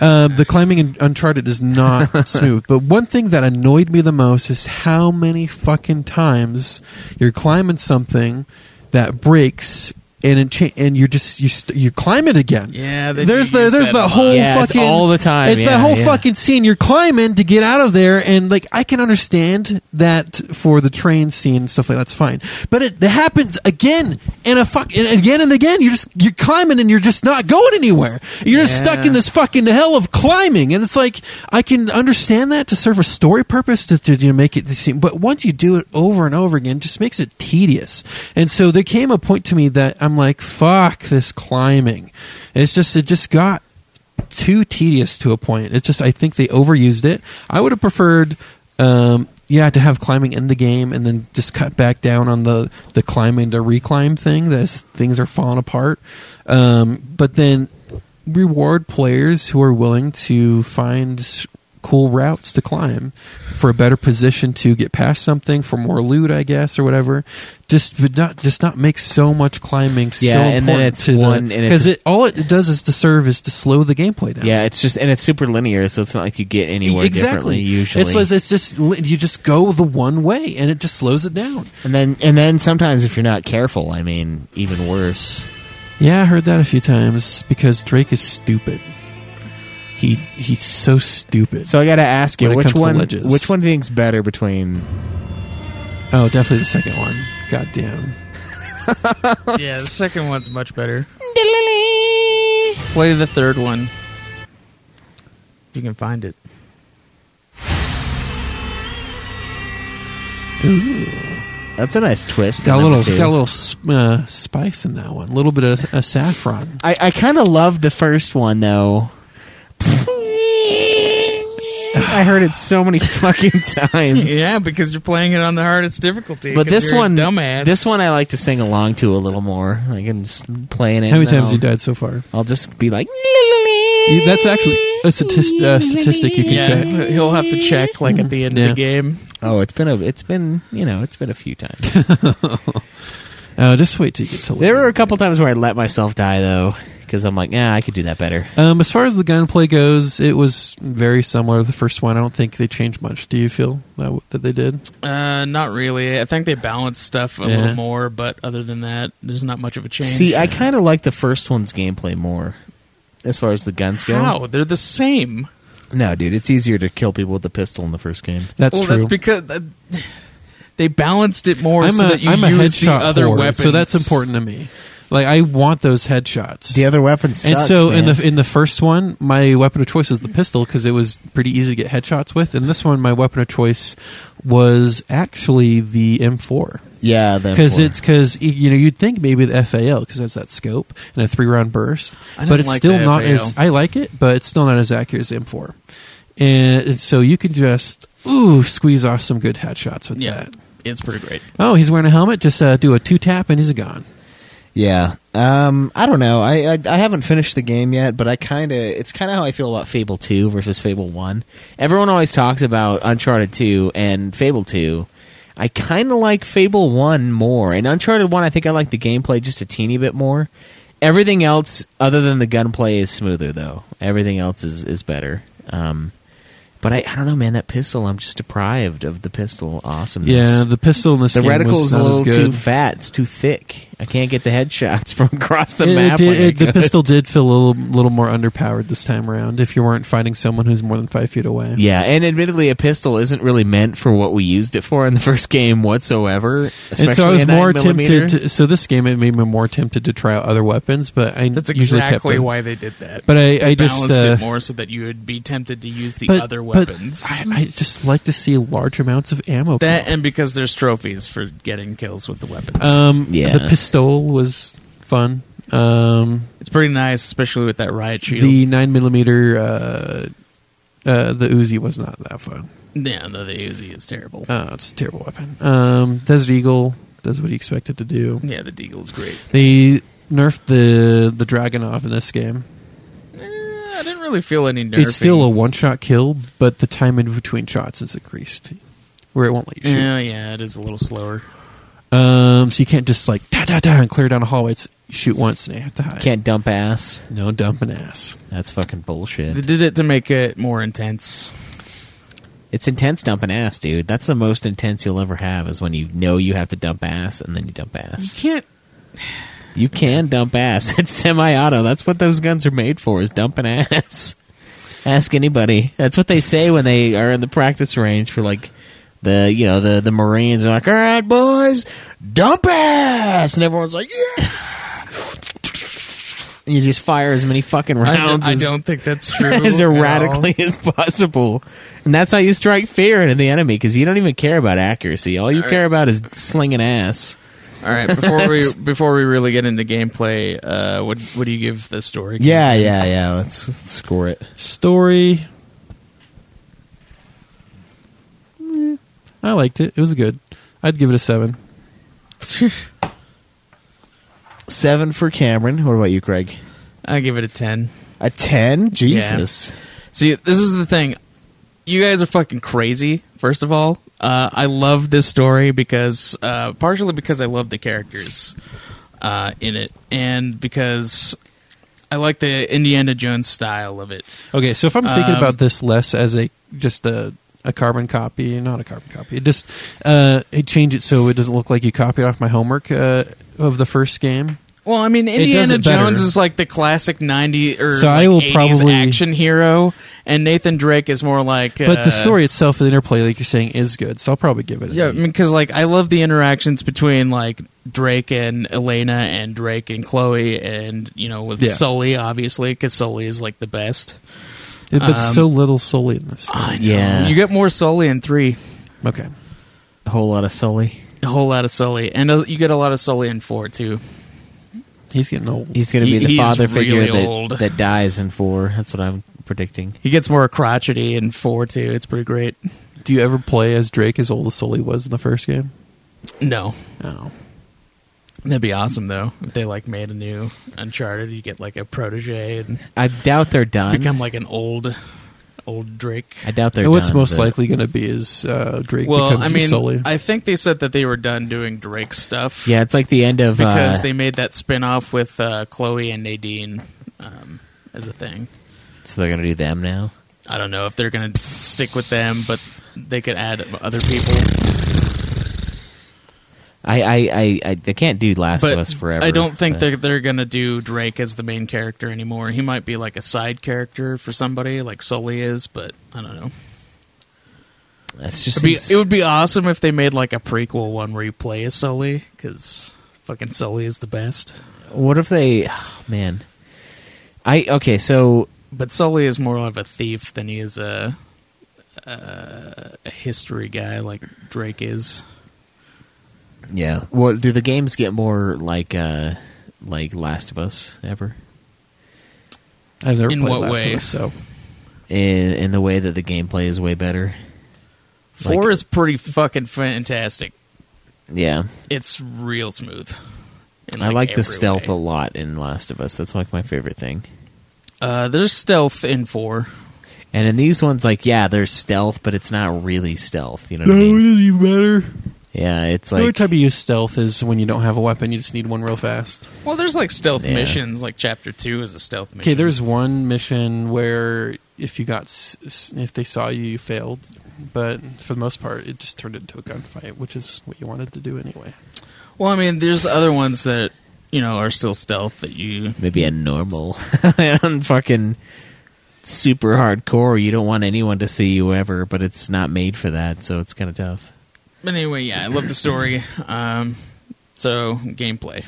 uh, the climbing in Uncharted is not smooth, but one thing that annoyed me the most is how many fucking times you're climbing something that breaks and it cha- and you're just you st- you climb it again.
Yeah, they do
there's the
use
there's
that a
the
lot.
whole
Yeah, it's
fucking
all the time,
It's the
yeah,
whole
yeah.
fucking scene. You're climbing to get out of there, and like I can understand that for the train scene and stuff like that's fine, but it, it happens again and a fuck and again and again. You're just you're climbing and you're just not going anywhere. You're just stuck in
Yeah.
this this fucking hell of climbing and it's like i can understand that to serve a story purpose to, to you know, make it seem but once you do it over and over again it just makes it tedious and so there came a point to me that i'm like fuck this climbing it's just it just got too tedious to a point it's just i think they overused it i would have preferred um yeah, to have climbing in the game and then just cut back down on the, the climbing to reclimb thing as things are falling apart. Um, but then reward players who are willing to find cool routes to climb for a better position to get past something for more loot I guess or whatever just but not just not make so much climbing
Yeah,
so
and then
important
it's
to
one- and it's-
because it all it does is to serve is to slow the gameplay down E-,
Yeah, it's just and it's super linear, so it's not like you get anywhere differently
exactly
usually.
it's like, it's just li- you just go the one way and it just slows it down
and then and then sometimes if you're not careful, I mean, even worse.
yeah I heard that a few times because Drake is stupid he he's so stupid
So I got to ask you,
When it
which
comes to
one
ledges.
which one do you think's better between
oh definitely the second one god damn
yeah, the second one's much better. Play the third one. You can find it.
That's a nice twist.
Got a
number
little,
two.
got a little s- uh, spice in that one. A little bit of uh, saffron.
I I kind of love the first one though. I heard it so many fucking times.
Yeah, because you're playing it on the hardest difficulty.
But
'cause
this
you're a
one,
dumbass.
this one, I like to sing along to a little more. I can just play it.
How many times you died so far?
I'll just be like,
You- That's actually a statist, uh, statistic you can
yeah,
check.
he'll have to check like at the end
Yeah.
of the game.
oh, it's been a, it's been, you know, it's been a few times.
Uh, just wait till you get to
There were a couple times where I let myself die though, because I'm like, nah, I could do that better.
Um, as far as the gunplay goes, it was very similar to the first one. I don't think they changed much. Do you feel that, that they did?
Uh, not really. I think they balance stuff a
Yeah.
little more, but other than that, there's not much of a change.
See, I kind of like the first one's gameplay more, as far as the guns go.
how they're the same.
No, dude, it's easier to kill people with the pistol in the first game.
That's
well,
true.
that's because uh, they balanced it more so that you
I'm
use the
headshot
other
whore,
weapons.
so that's important to me. Like I want those headshots.
The other weapons,
And
suck,
so
man.
in the in the first one, my weapon of choice was the pistol because it was pretty easy to get headshots with. In this one, my weapon of choice was actually the M4
yeah, the
because
M4.
it's because you know you'd think maybe the FAL because that's that scope and a three round burst,
I don't
but it's
like
still
the
not
FAL.
as I like it, but it's still not as accurate as the M4. And, and so you can just ooh squeeze off some good headshots with
Yeah,
that.
it's pretty great.
Oh, he's wearing a helmet. Just uh, do a two tap and he's gone.
yeah. Um, I don't know. I, I I haven't finished the game yet, but I kind of it's kind of how I feel about Fable Two versus Fable One. Everyone always talks about Uncharted Two and Fable Two. I kind of like Fable One more, and Uncharted One. I think I like the gameplay just a teeny bit more. Everything else, other than the gunplay, is smoother though. Everything else is is better. Um, But I, I don't know, man. That pistol, I'm just deprived of the pistol awesomeness.
Yeah, the pistol in this
the
game
reticle
was
is a
not as
little
good.
too fat. It's too thick. I can't get the headshots from across the
It- it
map.
did-
like I
it- the
could.
pistol did feel a little, little more underpowered this time around. If you weren't fighting someone who's more than five feet away,
Yeah, and admittedly, a pistol isn't really meant for what we used it for in the first game whatsoever.
and so I
especially
was
a
more
9mm.
tempted. To, so this game it made me more tempted to try out other weapons, but I
That's
usually kept
exactly
them.
why they did that.
But I, I
balanced
just uh,
it more so that you would be tempted to use the
but,
other
but
weapons.
I, I just like to see large amounts of ammo.
that and because there's trophies for getting kills with the weapons.
Um,
Yeah.
The pistol was fun. Um,
it's pretty nice, especially with that riot shield.
the nine millimeter, uh, uh, the Uzi was not that fun.
yeah, no, the Uzi is terrible.
Uh, it's a terrible weapon. Um, Desert Eagle does what he expected to do.
yeah, the Deagle's great.
They nerfed the the dragon off in this game.
Eh, I didn't really feel any nerfing.
It's still a one shot kill, but the time in between shots is increased, where it won't let you shoot.
yeah, yeah, it is a little slower.
Um, so you can't just like da da da and clear down a hallway. It's you shoot once and you have to hide.
Can't dump ass.
no dumping ass.
That's fucking bullshit.
They did it to make it more intense.
It's intense dumping ass, dude. That's the most intense you'll ever have is when you know you have to dump ass and then you dump
You
ass.
can't.
You can dump ass. It's semi-auto. That's what those guns are made for is dumping ass. Ask anybody. That's what they say when they are in the practice range for like the you know the the Marines are like, all right, boys, dump ass, and everyone's like, yeah. And you just fire as many fucking
I
rounds.
don't, I
as-
don't think that's true.
as
at all.
erratically as possible. And that's how you strike fear into the enemy because you don't even care about accuracy. All you
All
care
right.
about is slinging ass.
All right, before we before we really get into gameplay, uh, what what do you give the story?
yeah, yeah. Let's, let's score it.
Story. Eh, I liked it. It was good. I'd give it a seven.
Seven for Cameron. What about you, Craig?
I give it a ten.
A ten? Jesus.
See, this is the thing. You guys are fucking crazy. First of all, uh, I love this story because uh, partially because I love the characters uh, in it, and because I like the Indiana Jones style of it.
Okay, so if I'm thinking
Um,
about this less as a just a a carbon copy, not a carbon copy, it just uh, it change it so it doesn't look like you copied off my homework uh, of the first game.
Well, I mean,
does
Indiana
it better.
Jones is like the classic ninety or
So I
like
will
80s
probably-
action hero, and Nathan Drake is more like.
But the
uh,
story itself, the interplay, like you're saying, is good. So I'll probably give it. An
Yeah, I
eight.
mean, because like I love the interactions between like Drake and Elena, and Drake and Chloe, and you know with
Yeah.
Sully, obviously, because Sully is like the best.
It- but
um,
so little Sully in this.
know. Yeah.
you get more Sully in three,
Okay,
A whole lot of Sully.
a whole lot of Sully, and uh, you get a lot of Sully in four too.
he's getting old.
He's going to be
He-
the
he's
father figure
really old.
that, that dies in four. That's what I'm predicting.
He gets more crotchety in four too. It's pretty great.
Do you ever play as Drake as old as Sully was in the first game?
No,
No.
that'd be awesome though. If they like made a new Uncharted, you get like a protege and
I doubt they're done.
become like an old, old Drake.
I doubt they're
And what's
done,
most
but-
likely going to be is uh, Drake
Well,
becomes
I
your
mean,
Sully.
I think they said that they were done doing Drake stuff.
Yeah, it's like the end of
because
uh,
they made that spin off with uh, Chloe and Nadine um, as a thing.
So they're going to do them now.
I don't know if they're going to stick with them, but they could add other people.
I I I, I they can't do Last
But
of Us forever.
I don't think
but-
they're, they're going to do Drake as the main character anymore. He might be like a side character for somebody, like Sully is, but I don't know.
That's just
It'd be,
seems-
it would be awesome if they made like a prequel one where you play as Sully, because fucking Sully is the best.
What if they, oh, man? I okay. So
But Sully is more of a thief than he is a a, a history guy like Drake is.
yeah. Well, do the games get more like uh like Last of Us ever
I've never
in
played
what
Last
way?
of Us, so
in in the way that the gameplay is way better?
Four
Like-
is pretty fucking fantastic.
Yeah,
It's real smooth. In,
I like the
every
stealth a
way.
lot in Last of Us. That's like my favorite thing.
Uh, there's stealth in four.
And in these ones, like yeah, there's stealth, but it's not really stealth. You know what
no,
I
it
mean?
doesn't even matter.
Yeah, it's
the only
like
time you use stealth is when you don't have a weapon. You just need one real fast.
Well, there's like stealth
Yeah.
missions. Like chapter two is a stealth mission.
Okay, there's one mission where if you got s- s- if they saw you, you failed. But for the most part, it just turned into a gunfight, which is what you wanted to do anyway.
Well, I mean, there's other ones that you know are still stealth that you
Maybe a normal and fucking super hardcore. You don't want anyone to see you ever, but it's not made for that, so it's kind of tough.
But anyway, yeah, I love the story. Um, so gameplay.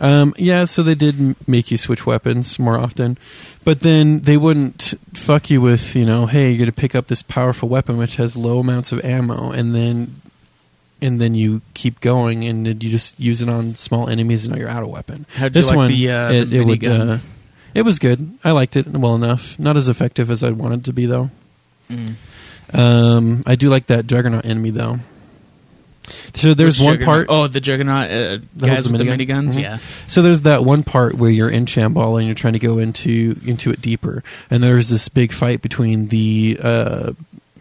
Um, yeah, so they did m- make you switch weapons more often, but then they wouldn't fuck you with you know, hey, you're gonna pick up this powerful weapon which has low amounts of ammo, and then and then you keep going and then you just use it on small enemies and now you're out of weapon.
How'd you like the, uh, the minigun?
it was good. I liked it well enough. Not as effective as I wanted to be though.
Mm.
Um, I do like that juggernaut enemy though. So there's
Which
one part.
juggernaut- Oh, the juggernaut uh,
The
guys
whole
with the
minigun?
miniguns.
Mhm.
Mm-hmm.
Yeah,
So there's that one part where you're in Shambhala and you're trying to go into into it deeper, and there's this big fight between the uh,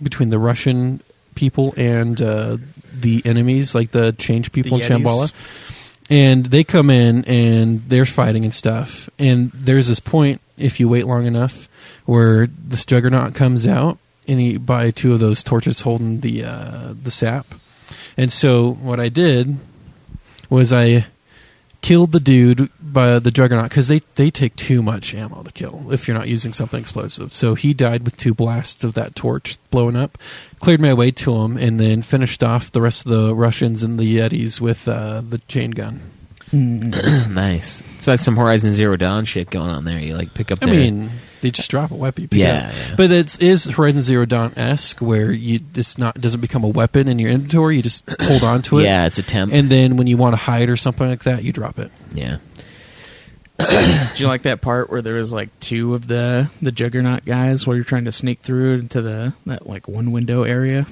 between the Russian people and uh, the enemies, like the change people
The
in Shambhala.
Yetis.
And they come in and they're fighting and stuff. And there's this point, if you wait long enough, where this juggernaut comes out and he by two of those torches holding the uh, the sap. And so what I did was I killed the dude by the juggernaut because they, they take too much ammo to kill if you're not using something explosive. So he died with two blasts of that torch blowing up, cleared my way to him, and then finished off the rest of the Russians and the Yetis with uh, the chain gun.
nice. It's like some Horizon Zero Dawn shit going on there. You like pick up.
I
their-
mean, they just drop a weapon. you pick it
Yeah,
up.
yeah.
but it is Horizon Zero Dawn esque where you it's not doesn't become a weapon in your inventory. You just hold on to it.
yeah, it's a temp.
And then when you want to hide or something like that, you drop it.
yeah,
Did you like that part where there was like two of the the juggernaut guys while you're trying to sneak through into the that like one window area?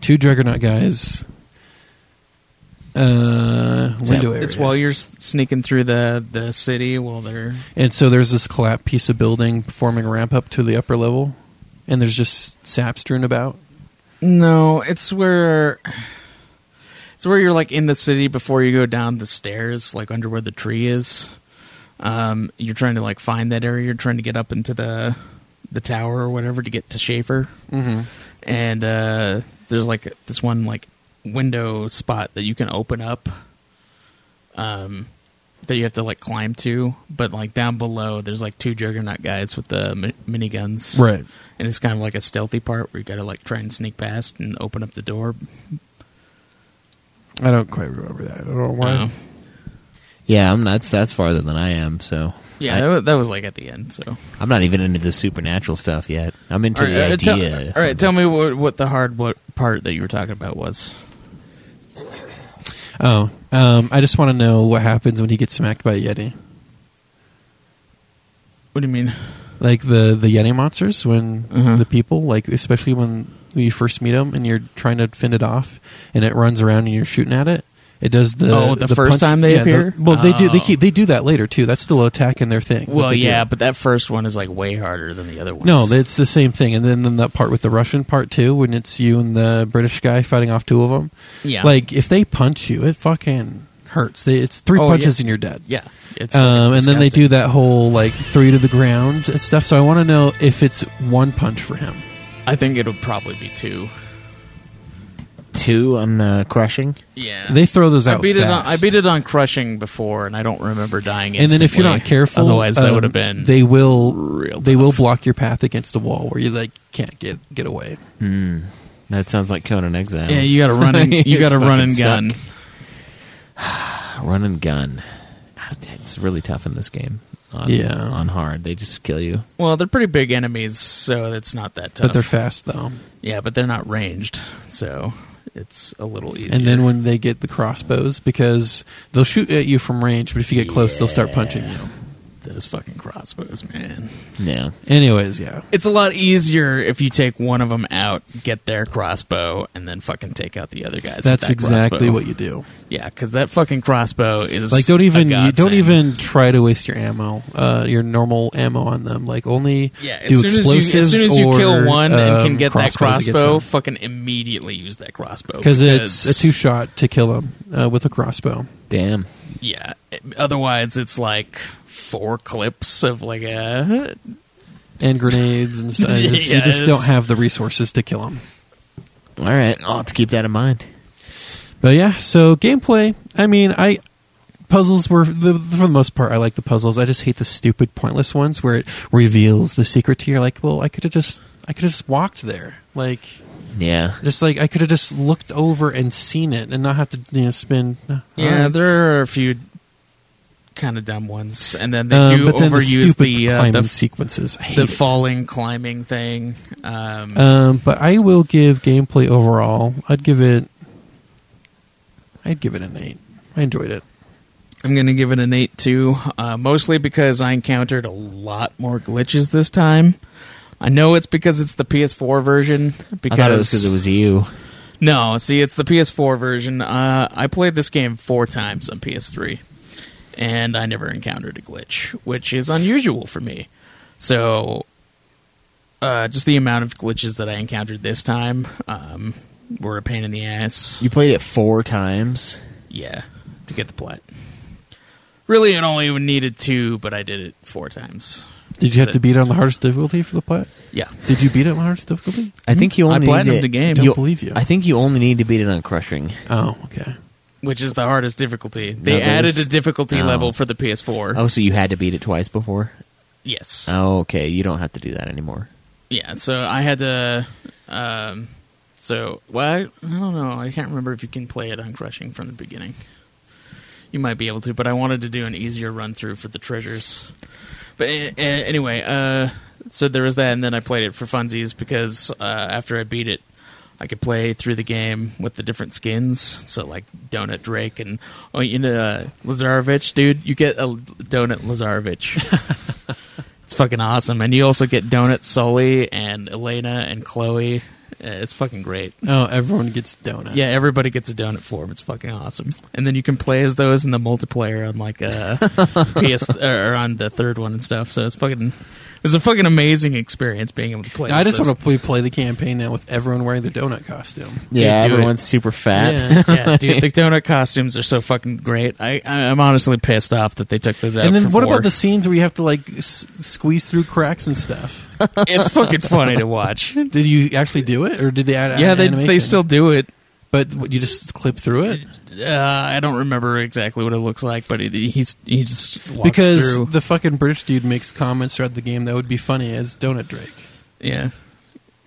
two juggernaut guys uh
It's,
window area
it's while you're s- sneaking through the the city while they're
and so there's this collapsed piece of building forming a ramp up to the upper level and there's just sap strewn about
no, it's where it's where you're like in the city before you go down the stairs, like under where the tree is. Um, you're trying to like find that area. You're trying to get up into the the tower or whatever to get to Schaefer.
mm-hmm.
and uh, there's like this one like window spot that you can open up um that you have to like climb to but like down below there's like two juggernaut guys with the mi- miniguns
right
and it's kind of like a stealthy part where you gotta like try and sneak past and open up the door
i don't quite remember that i don't know why
Uh,
yeah. I'm not. That's farther than I am. So
yeah
I-
that, wa- that was like at the end so
I'm not even into the supernatural stuff yet. I'm into
all right,
the
uh, tell-
idea.
all right tell me what, what the hard what part that you were talking about was
oh um i just want to know what happens when he gets smacked by a yeti
what do you mean
like the the yeti monsters when
Uh-huh.
the people like especially when when you first meet them and you're trying to fend it off and it runs around and you're shooting at it it does the
Oh, the first time they
the-
appear?
well they do they
Oh.
keep they do that later too that's still attacking their thing that
well
they do.
yeah but that first one is like way harder than the other ones
no it's the same thing and then, then that part with the russian part too when it's you and the british guy fighting off two of them
yeah
like if they punch you it fucking hurts they, it's three
Oh,
punches
yeah.
and you're dead
Yeah, it's
um, and then they do
disgusting.
that whole like three to the ground and stuff so i want to know if it's one punch for him
I think it'll probably be two.
Two on uh, crushing.
Yeah,
They throw those out.
I beat it. On, I
fast.
beat it on crushing before, and I don't remember dying.
And then if you're
instantly.
not careful,
otherwise that
um,
would have been.
They will.
real
They
tough.
will block your path against a wall where you like can't get get away.
That sounds like Conan Exiles.
yeah, you got to run. And, you
He's
got to run
fucking
and gun.
stuck. Run and gun. God, It's really tough in this game. On,
Yeah.
on hard they just kill you.
Well, they're pretty big enemies, so it's not that tough.
But they're fast though.
yeah, but they're not ranged, so it's a little easier.
And then when they get the crossbows, because they'll shoot at you from range, but if you get close, they'll start punching you.
those fucking crossbows, man,
Yeah,
Anyways, yeah.
it's a lot easier if you take one of them out, get their crossbow, and then fucking take out the other guys. with
That's
that
exactly
crossbow.
what you do.
Yeah, because that fucking crossbow is
Like, don't
a
even you
godsend.
don't even try to waste your ammo, uh, your normal ammo on them. Like, only
Yeah, as
do
soon as
explosives
you, as soon as you
or,
kill one and
um,
can get that
crossbows against
crossbow,
them.
fucking immediately use that crossbow
because it's a two shot to kill them uh, with a crossbow.
damn.
yeah. Otherwise, it's like four clips of like a
and grenades and stuff. You just, you
Yeah,
just don't
it's-
have the resources to kill them.
All right, I'll have to keep that in mind.
But yeah, so gameplay. I mean, I puzzles were the, for the most part. I like the puzzles. I just hate the stupid, pointless ones where it reveals the secret to you. Like, well, I could have just, I could have just walked there. Like,
Yeah.
just like I could have just looked over and seen it and not have to, you know, spend. uh,
Yeah,
Alright.
there are a few kind of dumb ones, and then they
Uh,
Um,
do
but then the
overuse
stupid
the uh,
climbing
the, f-
sequences. I hate
the
it.
falling climbing thing. Um,
Um, but I will give gameplay overall. I'd give it. I'd give it an eight. I enjoyed it.
I'm going to give it an 8 too, uh, mostly because I encountered a lot more glitches this time. I know it's because it's the PS4 version. Because
I thought it was because it was you.
No, see, it's the PS4 version. Uh, I played this game four times on PS3, and I never encountered a glitch, which is unusual for me. So, uh, just the amount of glitches that I encountered this time um, were a pain in the ass.
You played it four times.
Yeah, to get the plat. Really, it only needed two, but I did it four times.
Did you have to beat it on the hardest difficulty for the plat?
Yeah.
Did you beat it on the hardest difficulty?
I think you
Hmm? I
only
platinumed
need to-
the game.
Don't believe you.
I think you only need to beat it on crushing.
Oh, okay.
Which is the hardest difficulty. They
No,
added
there's-
a difficulty
no.
level for the PS4.
Oh, so you had to beat it twice before?
Yes.
Oh, okay. You don't have to do that anymore.
Yeah, so I had to. Um, so well, I, I don't know. I can't remember if you can play it on crushing from the beginning. You might be able to, but I wanted to do an easier run through for the treasures. But uh, anyway, uh, so there was that, and then I played it for funsies because uh, after I beat it, I could play through the game with the different skins. So like Donut Drake and oh, you know uh, Lazarevich, dude, you get a Donut Lazarevich. It's fucking awesome. And you also get Donut Sully and Elena and Chloe. Uh, It's fucking great.
Oh, everyone gets donut.
Yeah, everybody gets a donut form. It's fucking awesome. And then you can play as those in the multiplayer on like uh PS or on the third one and stuff. So it's fucking it was a fucking amazing experience being able to play.
I just want
want
to play, play the campaign now with everyone wearing the donut costume.
yeah,
do it.
everyone's super fat.
Yeah.
yeah, dude, the donut costumes are so fucking great. I, I I'm honestly pissed off that they took those out.
and then
for
what
four.
about the scenes where you have to like s- squeeze through cracks and stuff?
It's fucking funny to watch.
did you actually do it, or did they add?
Yeah,
an
they they
animation?
still do it.
But what, you just clip through it
Uh, I don't remember exactly what it looks like, but it, he's he just walks
because
through.
the fucking British dude makes comments throughout the game that would be funny as Donut Drake.
yeah,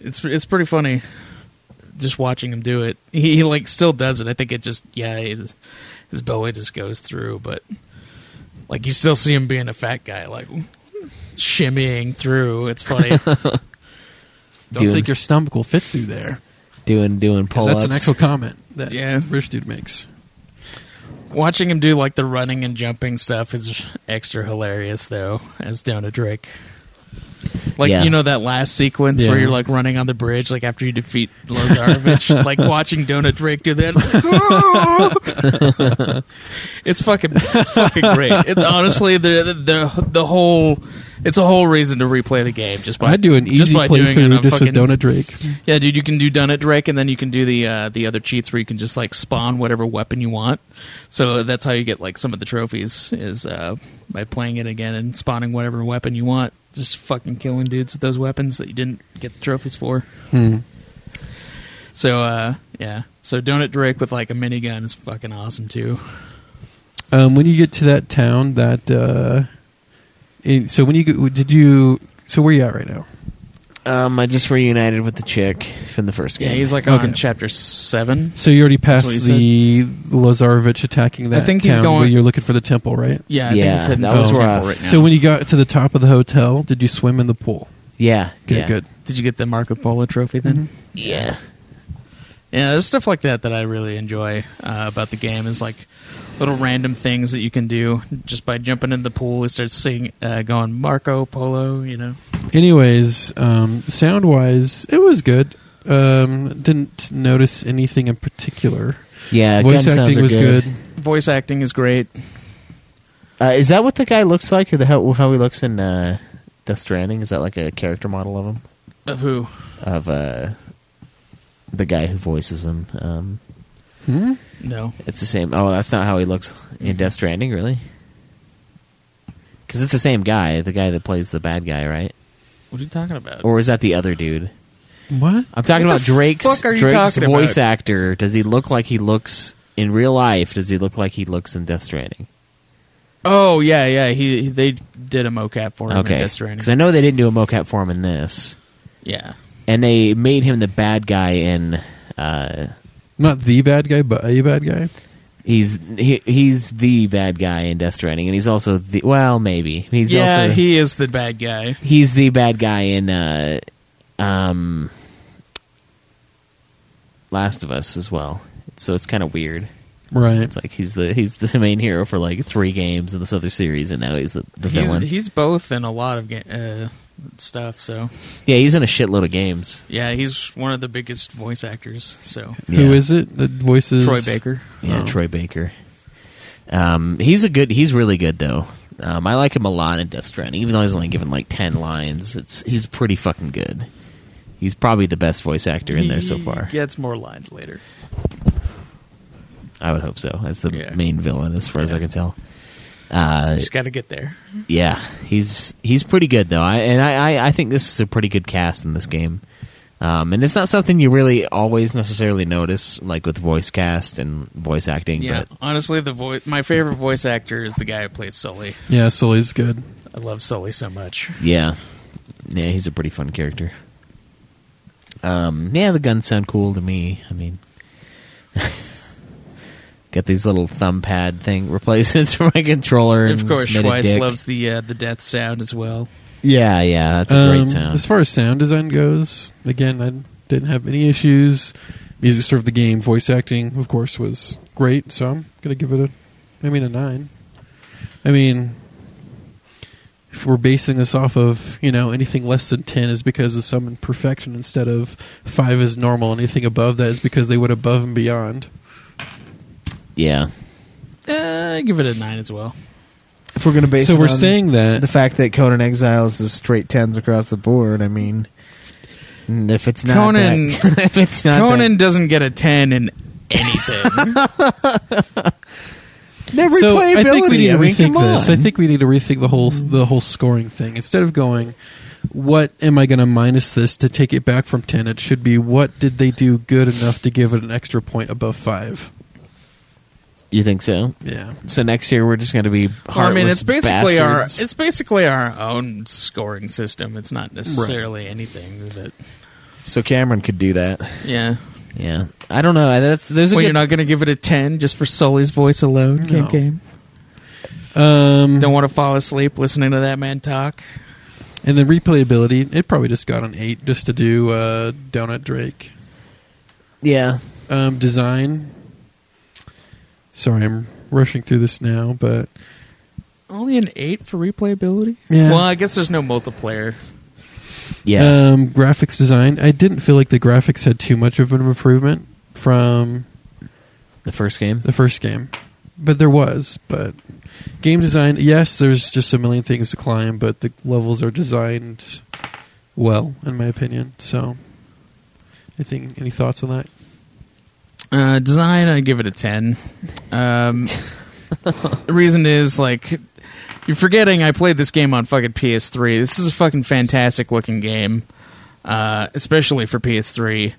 it's it's pretty funny just watching him do it. He, he like still does it. I think it just yeah, it, his belly just goes through, but like you still see him being a fat guy, like shimmying through. It's funny.
Don't
Dude.
think your stomach will fit through there.
Doing doing pull
Because that's
ups.
an actual comment that
Yeah.
British dude makes.
watching him do like the running and jumping stuff is extra hilarious though, as Donut Drake. Like
Yeah.
you know that last sequence where
Yeah.
you're like running on the bridge, like after you defeat Lazarevich, like watching Donut Drake do that. It's, like, it's fucking, it's fucking great. It's honestly the, the the the whole, it's a whole reason to replay the game just by
I do an
just
easy
by doing it
playthrough
on
just with
fucking-
Donut Drake.
yeah, dude, you can do Donut Drake, and then you can do the uh, the other cheats where you can just like spawn whatever weapon you want. So that's how you get like some of the trophies is uh, by playing it again and spawning whatever weapon you want. Just fucking killing dudes with those weapons that you didn't get the trophies for.
Hmm.
So uh, yeah, so Donut Drake with like a minigun is fucking awesome too.
Um, when you get to that town, that uh, it- so when you go- did you so where you at right now?
Um, I just reunited with the chick from the first game.
Yeah, he's like
Okay.
on chapter seven.
So you already passed
That's what
the Lazarevich attacking that.
I think
town
he's going-
Where you're looking for the temple, right?
Yeah, I
Yeah,
think it's heading
that
for
was
the
rough.
temple right now.
So when you got to the top of the hotel, did you swim in the pool?
yeah,
Good,
yeah,
good.
did you get the Marco Polo trophy then?
yeah.
Yeah, there's stuff like that that I really enjoy uh, about the game is like little random things that you can do just by jumping in the pool. It starts singing, uh, going Marco Polo, you know.
Anyways, um, sound wise, it was good. Um, didn't notice anything in particular.
Yeah, gun
Voice
sounds
acting
are
was good.
Voice acting is great.
Uh, is that what the guy looks like? Or the how, how he looks in uh, Death Stranding? Is that like a character model of him?
Of who?
Of uh, the guy who voices him? Um,
No,
it's the same. Oh, that's not how he looks in Death Stranding, really? Because it's the same guy, the guy that plays the bad guy, right?
What are you talking about?
or is that the other dude?
What?
I'm talking
What
about
the
Drake's
fuck are you
Drake's
talking
voice
about?
actor. Does he look like he looks in real life? Does he look like he looks in Death Stranding?
oh yeah, yeah. He they did a mocap for him. in
Okay,
Death Stranding.
because I know they didn't do a mocap for him in this,
yeah,
and they made him the bad guy in. Uh,
Not the bad guy, but a bad guy.
he's he, he's the bad guy in Death Stranding, and he's also the well maybe he's
yeah.
also
he is the bad guy.
he's the bad guy in uh, um, Last of Us as well. So it's kind of weird.
Right.
It's like he's the he's the main hero for like three games in this other series, and now he's the, the villain.
He's, he's both in a lot of ga- uh, stuff. So
yeah, he's in a shitload of games.
yeah, he's one of the biggest voice actors. So
Yeah.
Who is it that voices
Troy Baker.
Yeah, Troy Baker. Um, he's a good. He's really good though. Um, I like him a lot in Death Stranding, even though he's only given like ten lines. It's he's pretty fucking good. He's probably the best voice actor in there so
He
far.
Gets more lines later.
I would hope so. As the
Yeah.
main villain, as far as I
Yeah.
can tell. Uh,
Just got to get there.
yeah, he's he's pretty good though, I, and I, I I think this is a pretty good cast in this game. Um, and it's not something you really always necessarily notice, like with voice cast and voice acting.
Yeah,
But
honestly, the voice. My favorite voice actor is the guy who plays Sully.
Yeah, Sully's good.
I love Sully so much.
yeah, yeah, he's a pretty fun character. Um, yeah, the guns sound cool to me. I mean, got these little thumb pad thing replacements for my controller.
Of
and
course,
this mini
Schweiss
dick.
loves the uh, the death sound as well.
Yeah, yeah, that's a
Um,
great sound.
As far as sound design goes, again, I didn't have any issues. Music served the game. Voice acting, of course, was great. So I'm gonna give it a, I mean, a nine. I mean, if we're basing this off of you know anything less than ten is because of some imperfection instead of five is normal. Anything above that is because they went above and beyond.
yeah,
Uh, I give it a nine as well.
If we're going to base
so
it
we're
on
saying that
the fact that Conan Exiles is straight tens across the board, I mean, and if it's not
Conan-
that- if it's not
Conan doesn't get a ten in anything.
that, their
So I think we
replayability,
need to
I mean,
rethink
come
this. I
on.
think we need to rethink the whole the whole scoring thing. Instead of going, what am I going to minus this to take it back from ten? It should be what did they do good enough to give it an extra point above five?
you think so?
Yeah,
So next year we're just going to be.
Well, I
Heartless
mean, it's basically
bastards.
our it's basically our own scoring system. It's not necessarily anything, but
so Cameron could do that.
yeah.
yeah. I don't know. That's there's a
Well,
good.
you're not going to give it a ten just for Sully's voice alone. Game
No.
game.
um,
Don't want to fall asleep listening to that man talk.
and then replayability. It probably just got an eight just to do uh, Donut Drake
yeah,
um, design. Sorry, I'm rushing through this now, but
Only an eight for replayability.
Yeah.
Well, I guess there's no multiplayer.
Uh,
yeah.
Um, graphics design. I didn't feel like the graphics had too much of an improvement from
the first game.
the first game, but there was. But game design, yes, there's just a million things to climb, but the levels are designed well, in my opinion. So, I think any thoughts on that?
Uh, design, I give it a ten. Um, the reason is like you're forgetting I played this game on fucking PS3. This is a fucking fantastic looking game, uh, especially for PS3.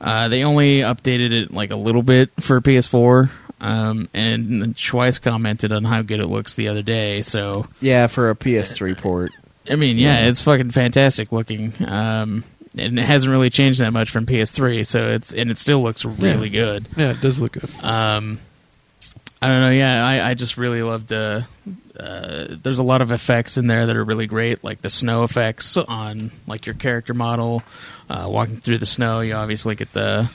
Uh, they only updated it like a little bit for PS4, um, and Schweiss commented on how good it looks the other day. So
Yeah, for a PS3 port.
I mean, yeah, it's fucking fantastic looking. Um, and it hasn't really changed that much from PS3, so it's and it still looks really good.
Yeah, it does look good.
Um, I don't know. Yeah, I, I just really love the. Uh, there's a lot of effects in there that are really great, like the snow effects on like your character model uh, walking through the snow. You obviously get the.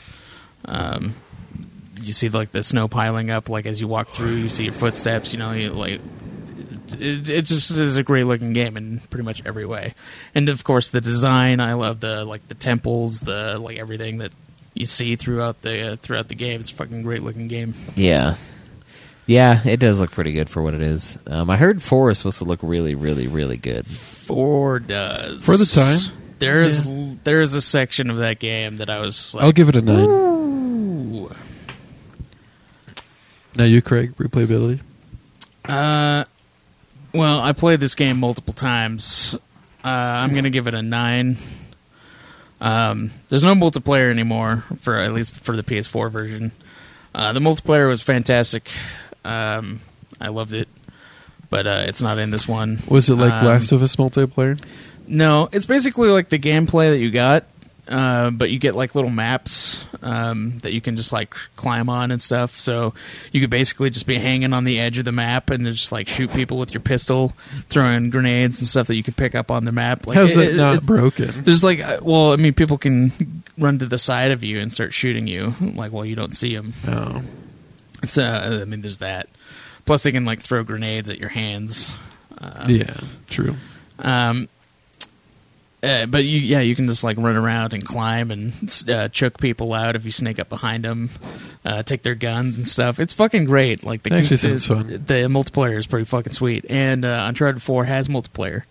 Um, you see like the snow piling up, like as you walk through. You see your footsteps. You know, you like. It, it just is a great looking game in pretty much every way, and of course the design. I love the like the temples, the like everything that you see throughout the uh, throughout the game. It's a fucking great looking game.
Yeah, yeah. It does look pretty good for what it is. Um, I heard four is supposed to look really, really, really good.
Four does
For the time.
There is
Yeah.
l there is a section of that game that I was just like,
I'll give it a nine.
Ooh.
Now you, Craig, replayability.
Uh, well, I played this game multiple times. Uh, I'm gonna give it a nine. Um, there's no multiplayer anymore for at least for the PS4 version. Uh, the multiplayer was fantastic. Um, I loved it, but uh, it's not in this one.
Was it like
Um,
Last of Us multiplayer?
No, it's basically like the gameplay that you got, uh, but you get like little maps um, that you can just like climb on and stuff. So you could basically just be hanging on the edge of the map and just like shoot people with your pistol, throwing grenades and stuff that you could pick up on the map. Like,
How's that not broken?
There's like, uh, well, I mean, people can run to the side of you and start shooting you, like while you don't see them.
Oh,
it's uh, I mean, there's that. Plus, they can like throw grenades at your hands. Uh,
yeah, true.
um, uh, but you, yeah, you can just like run around and climb and uh, choke people out if you sneak up behind them, uh, take their guns and stuff. It's fucking great. Like the
That actually
the,
sounds fun.
The multiplayer is pretty fucking sweet, and uh, Uncharted Four has multiplayer.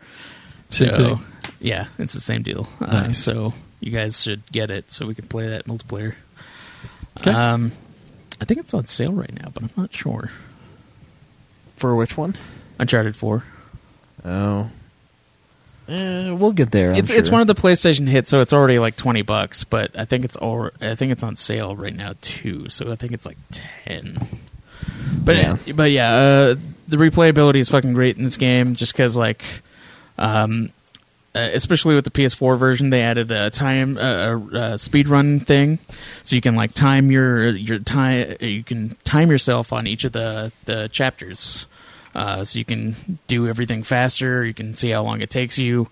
Same
so,
thing.
Yeah, it's the same deal. Uh,
Nice.
so you guys should get it so we can play that multiplayer.
'Kay.
Um, I think it's on sale right now, but I'm not sure.
For which one?
Uncharted Four.
Oh. Eh, we'll get there. I'm
it's it's
sure.
one of the PlayStation hits, so it's already like twenty bucks. But I think it's all I think it's on sale right now too. So I think it's like ten. But
Yeah.
but yeah, uh, the replayability is fucking great in this game, just because like, um, uh, especially with the PS4 version, they added a time uh, a, uh speed run thing, so you can like time your your time you can time yourself on each of the the chapters. Uh, so you can do everything faster. You can see how long it takes you.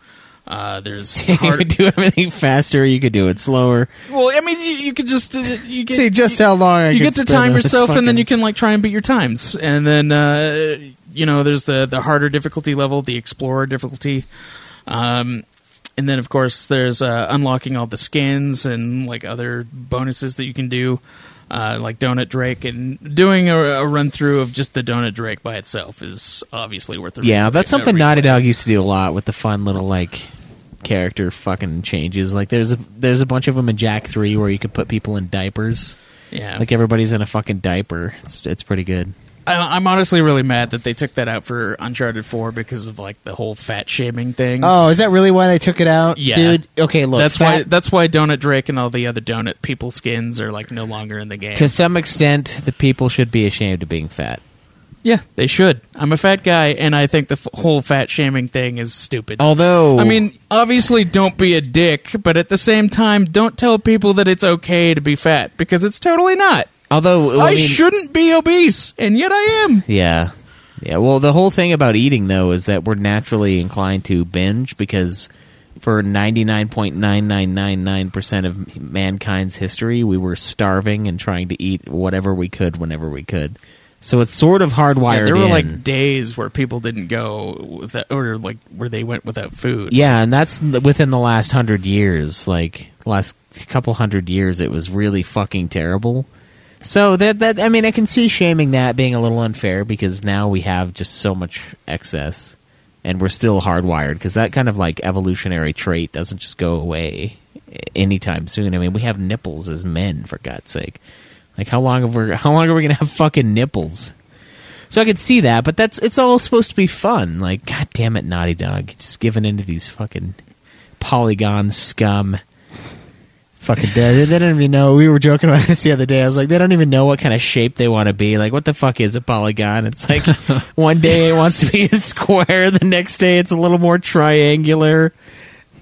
Uh, there's
you
hard-
could do everything faster. You could do it slower.
well, I mean, you, you could just uh, you get,
See just
you,
how long I
you
can
get to
spend
time
on this
yourself, and then
fucking-
you can like try and beat your times, and then uh, you know there's the the harder difficulty level, the explorer difficulty, um, and then of course there's uh, unlocking all the skins and like other bonuses that you can do. Uh, like Donut Drake and doing a, a run through of just the Donut Drake by itself is obviously worth it.
Yeah, that's something Naughty Dog used to do a lot with the fun little like character fucking changes. Like there's a there's a bunch of them in Jack Three where you could put people in diapers.
Yeah,
Like everybody's in a fucking diaper. It's it's pretty good.
I, I'm honestly really mad that they took that out for Uncharted 4 because of like the whole fat shaming thing.
Oh, is that really why they took it out?
Yeah.
Dude, okay, look.
that's why
fat-
that's why Donut Drake and all the other donut people skins are like no longer in the game.
To some extent, the people should be ashamed of being fat.
yeah, they should. I'm a fat guy, and I think the f- whole fat shaming thing is stupid.
Although,
I mean, obviously, don't be a dick, but at the same time, don't tell people that it's okay to be fat because it's totally not.
although well,
I,
I, mean,
shouldn't be obese, and yet I am.
Yeah. Yeah. Well, the whole thing about eating, though, is that we're naturally inclined to binge because for 99.9999% of mankind's history, we were starving and trying to eat whatever we could whenever we could. So it's sort of hardwired
Yeah, there were
in.
like days where people didn't go without, or like where they went without food.
yeah, and that's n- within the last hundred years, like last couple hundred years, it was really fucking terrible. So that that I mean, I can see shaming that being a little unfair because now we have just so much excess, and we're still hardwired because that kind of like evolutionary trait doesn't just go away a- anytime soon. I mean, we have nipples as men for God's sake. Like how long have we how long are we gonna have fucking nipples? So I could see that, but that's it's all supposed to be fun. Like, god damn it, Naughty Dog, just giving into these fucking polygon scum.
fucking dead. They don't even know. We were joking about this the other day. I was like, they don't even know what kind of shape they want to be. Like, what the fuck is a polygon? It's like one day it wants to be a square, the next day it's a little more triangular.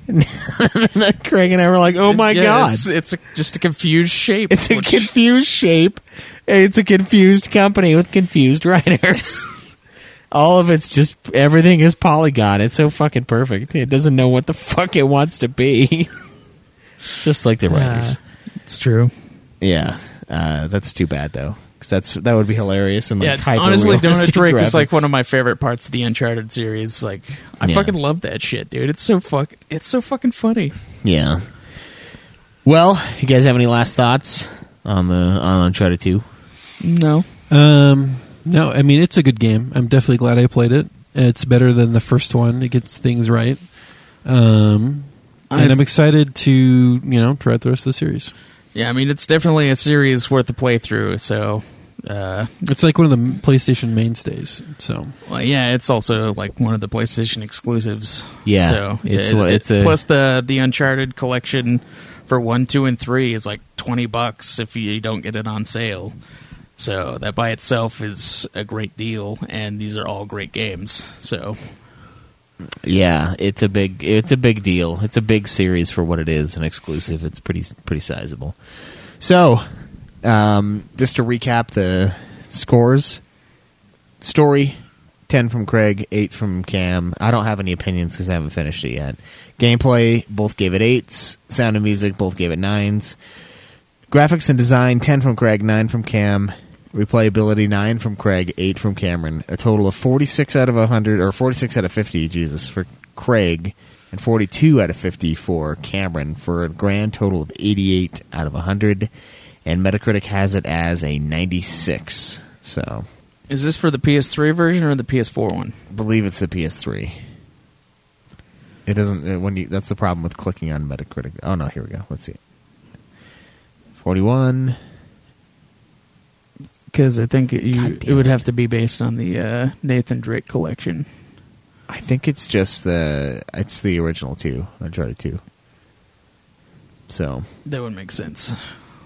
and then Craig and I were like, oh my
Yeah,
god.
it's, it's a, just a confused shape.
It's a
which-
confused shape. It's a confused company with confused writers. All of it's just everything is polygon. It's so fucking perfect. It doesn't know what the fuck it wants to be. just like the writers.
It's true.
Yeah, uh, that's too bad though, because that's that would be hilarious and
Yeah,
like hyper
honestly, Donut Drake
graphics.
is like one of my favorite parts of the Uncharted series. Like, I
Yeah.
fucking love that shit, dude. It's so fuck. It's so fucking funny.
yeah. Well, you guys have any last thoughts on the on Uncharted Two?
No,
Um, no, I mean it's a good game. I'm definitely glad I played it. It's better than the first one. It gets things right. Um, and
It's-
I'm excited to you know try out the rest of the series.
yeah, I mean it's definitely a series worth a playthrough. So Uh,
It's like one of the PlayStation mainstays. So
well, yeah, it's also like one of the PlayStation exclusives.
Yeah,
so
it's
yeah,
what-
it-
it's a-
plus the the Uncharted collection for one, two, and three is like twenty bucks if you don't get it on sale. So that by itself is a great deal, and these are all great games. So
Yeah, it's a big it's a big deal. It's a big series for what it is, an exclusive. It's pretty pretty sizable. So, um, just to recap the scores: story, ten from Craig, eight from Cam. I don't have any opinions because I haven't finished it yet. Gameplay, both gave it eights. Sound and music, both gave it nines. Graphics and design, 10 from Craig, 9 from Cam. Replayability, 9 from Craig, 8 from Cameron. A total of 46 out of 100, or 46 out of 50, Jesus, for Craig, and 42 out of 50 for Cameron, for a grand total of 88 out of 100. And Metacritic has it as a 96. So,
is this for the PS3 version or the PS4 one?
I believe it's the PS3. It doesn't, uh, when you, that's the problem with clicking on Metacritic. Oh no, here we go. Let's see it. 41.
Because I think it,
God
you,
damn
it would
it.
have to be based on the uh, Nathan Drake collection.
I think it's just the it's the original two, Uncharted two. So,
That would make sense.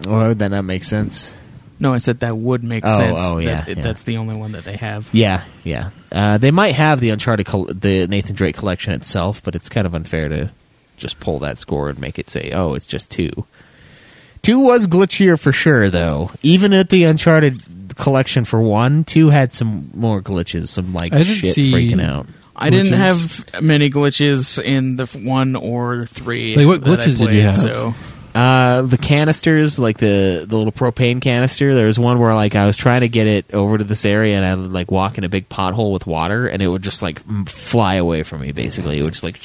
why would that not make sense?
No, I said that would make
Oh,
sense.
oh, yeah,
that, it-
yeah.
That's the only one that they have.
Yeah, yeah. Uh, they might have the Uncharted, col- the Nathan Drake collection itself, but it's kind of unfair to just pull that score and make it say, "Oh, it's just two. Two was glitchier for sure, though. Even at the Uncharted collection for one, two had some more glitches, some like
I didn't
shit
see-
freaking out.
I didn't
Glitches.
have many glitches in the f- one or three.
Like, what
that I
glitches did you
played,
have?
So
Uh, the canisters, like the the little propane canister. There was one where like I was trying to get it over to this area, and I would like walk in a big pothole with water, and it would just like m- fly away from me. Basically, it would just like,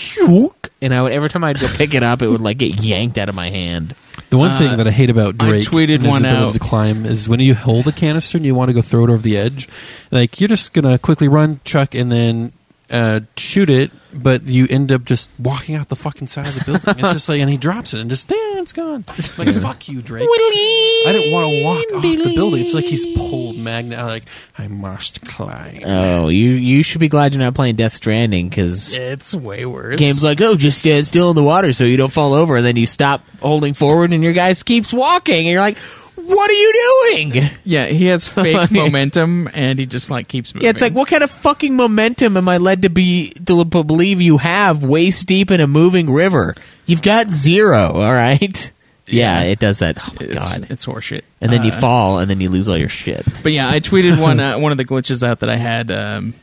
and I would every time I'd go pick it up, it would like get yanked out of my hand.
the one
Uh,
thing that I hate about
I
Drake,
tweeted
and his
one
ability
out.
to climb, is when you hold a canister and you want to go throw it over the edge, like you're just gonna quickly run, truck, and then uh, shoot it, but you end up just walking out the fucking side of the building. it's just like, and he drops it and just, damn, it's gone. Like, fuck you, Drake. I didn't want to walk off the building. It's like he's pulled Magna. Like I must climb.
Oh, you you should be glad you're not playing Death Stranding because
it's way worse.
games like oh just stand still in the water so you don't fall over, and then you stop holding forward, and your guy keeps walking, and you're like, what are you doing?
yeah, he has fake momentum and he just like keeps moving.
Yeah, it's like what kind of fucking momentum am I led to be to b- believe you have waist deep in a moving river? You've got zero. All right. Yeah,
Yeah.
it does that. Oh my
it's,
god!
it's horseshit.
and then you
Uh,
fall, and then you lose all your shit.
But yeah, I tweeted one uh, one of the glitches out that I had um,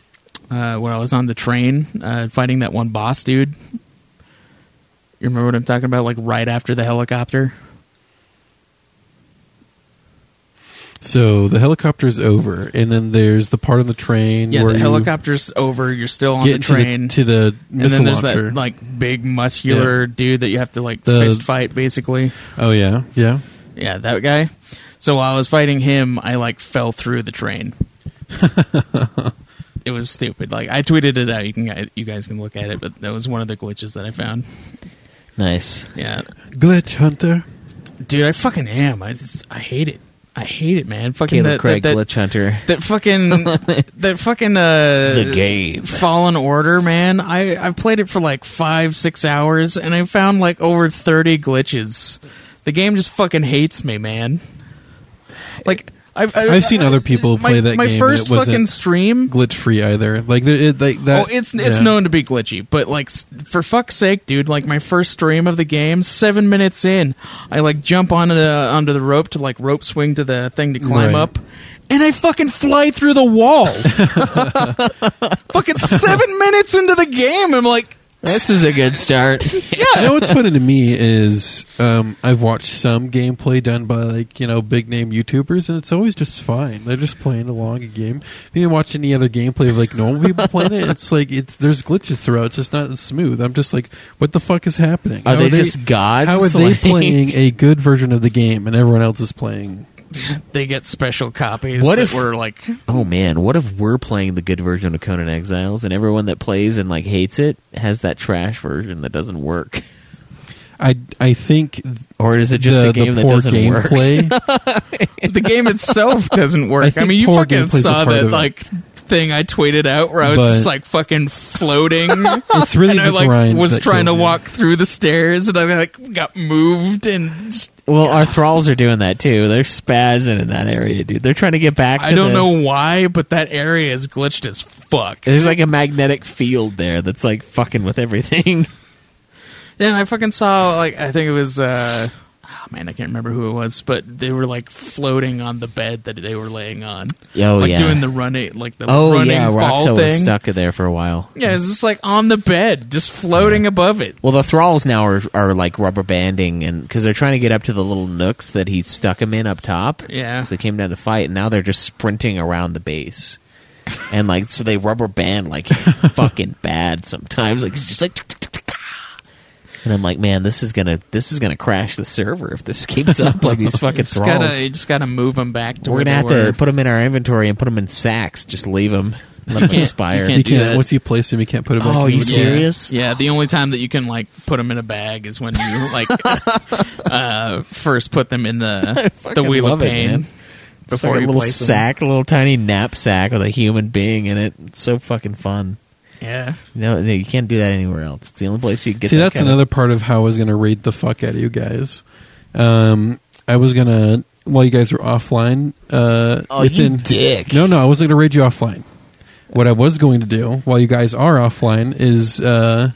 uh, when I was on the train uh, fighting that one boss dude. You remember what I'm talking about? Like right after the helicopter.
So the helicopter's over, and then there's the part on the train
Yeah,
where
the
you
helicopter's over. You're still on
get
the train
to the, to the
and
missile
then there's
launcher.
that like big muscular dude that you have to like
The-
fist fight basically.
oh yeah, yeah.
Yeah, that guy. So while I was fighting him, I like fell through the train. it was stupid. Like I tweeted it out. You can you guys can look at it, but that was one of the glitches that I found.
Nice.
Yeah,
Glitch hunter.
dude, I fucking am. I just, I hate it. I hate it, man. Fucking
Caleb
that,
Craig,
that, that,
glitch hunter.
that fucking that fucking uh
The game.
Fallen Order, man. I I've played it for like 5 6 hours and I found like over 30 glitches. The game just fucking hates me, man. Like I've I,
I've seen other people
my,
play that
my
game and
first
it wasn't
fucking stream.
Glitch free either. Like there, it, like
Oh,
that.
it's it's
yeah.
known to be glitchy, but like s- for fuck's sake, dude! Like my first stream of the game, seven minutes in, I like jump onto the onto the rope to like rope swing to the thing to climb
Right.
up, and I fucking fly through the wall. fucking seven minutes into the game, I'm like,
This is a good start.
You know what's funny to me is um, I've watched some gameplay done by like you know big name YouTubers, and it's always just fine. They're just playing along a game. If you watch any other gameplay of like normal people playing it, it's like it's there's glitches throughout. It's just not as smooth. I'm just like, what the fuck is happening?
Are they just gods?
How are they
Like-
playing a good version of the game, and everyone else is playing?
they get special copies.
What
that
if-
were like,
Oh man, what if we're playing the good version of Conan Exiles, and everyone that plays and like hates it has that trash version that doesn't work?
I I think,
Or is it just
the,
a game
the
that
poor
doesn't work?
gameplay.
the game itself doesn't
I
work. I,
think
mean, you
poor
fucking
gameplay's a
saw
part
that
of it.
like thing I tweeted out where I was
But-
just like fucking floating.
it's really
and
the
I like
grind
was
that
trying to
kills you.
walk through the stairs, and I like got moved and just-
Well, our thralls are doing that too. They're spazzing in that area, dude. They're trying to get back. To
I don't
the-
know why, but that area is glitched as fuck.
There's like a magnetic field there that's like fucking with everything.
Then I fucking saw like I think it was uh oh man, I can't remember who it was, but they were like floating on the bed that they were laying on.
Oh,
like
yeah.
doing the running like the
Oh
running
yeah,
fall
Roxo
thing.
was stuck there for a while.
Yeah, it's just like on the bed, just floating above it.
Well, the thralls now are, are like rubber banding, and because they're trying to get up to the little nooks that he stuck him in up top.
Yeah.
'Cause they came down to fight, and now they're just sprinting around the base, and like so they rubber band like fucking bad sometimes. Like it's just like, tick, tick, tick, tick, ah. and I'm like, man, this is gonna this is gonna crash the server if this keeps up like these fucking
Just gotta,
thralls.
you just gotta move them back to
We're
where
gonna
they
have
were.
to put them in our inventory and put them in sacks. Just leave them, let them
can't-
expire.
you
You
can't do that.
can't once you place him, you can't put him.
Oh,
back in
you
the
Yeah.
game.
serious?
Yeah, the only time that you can like put them in a bag is when you like uh, first put them in the the
fucking
wheel of
love it,
pain
man.
before
a
you
little
place 'em.
sack, a little tiny knapsack with a human being in it. It's so fucking fun.
Yeah,
No, no, you can't do that anywhere else. It's the only place you can get.
See,
that
that's
kind
another part of how I was going to raid the fuck out of you guys. Um, I was going to while you guys were offline. Uh,
Oh, you
Nathan-
dick.
No, no, I wasn't going to raid you offline. What I was going to do while you guys are offline is uh,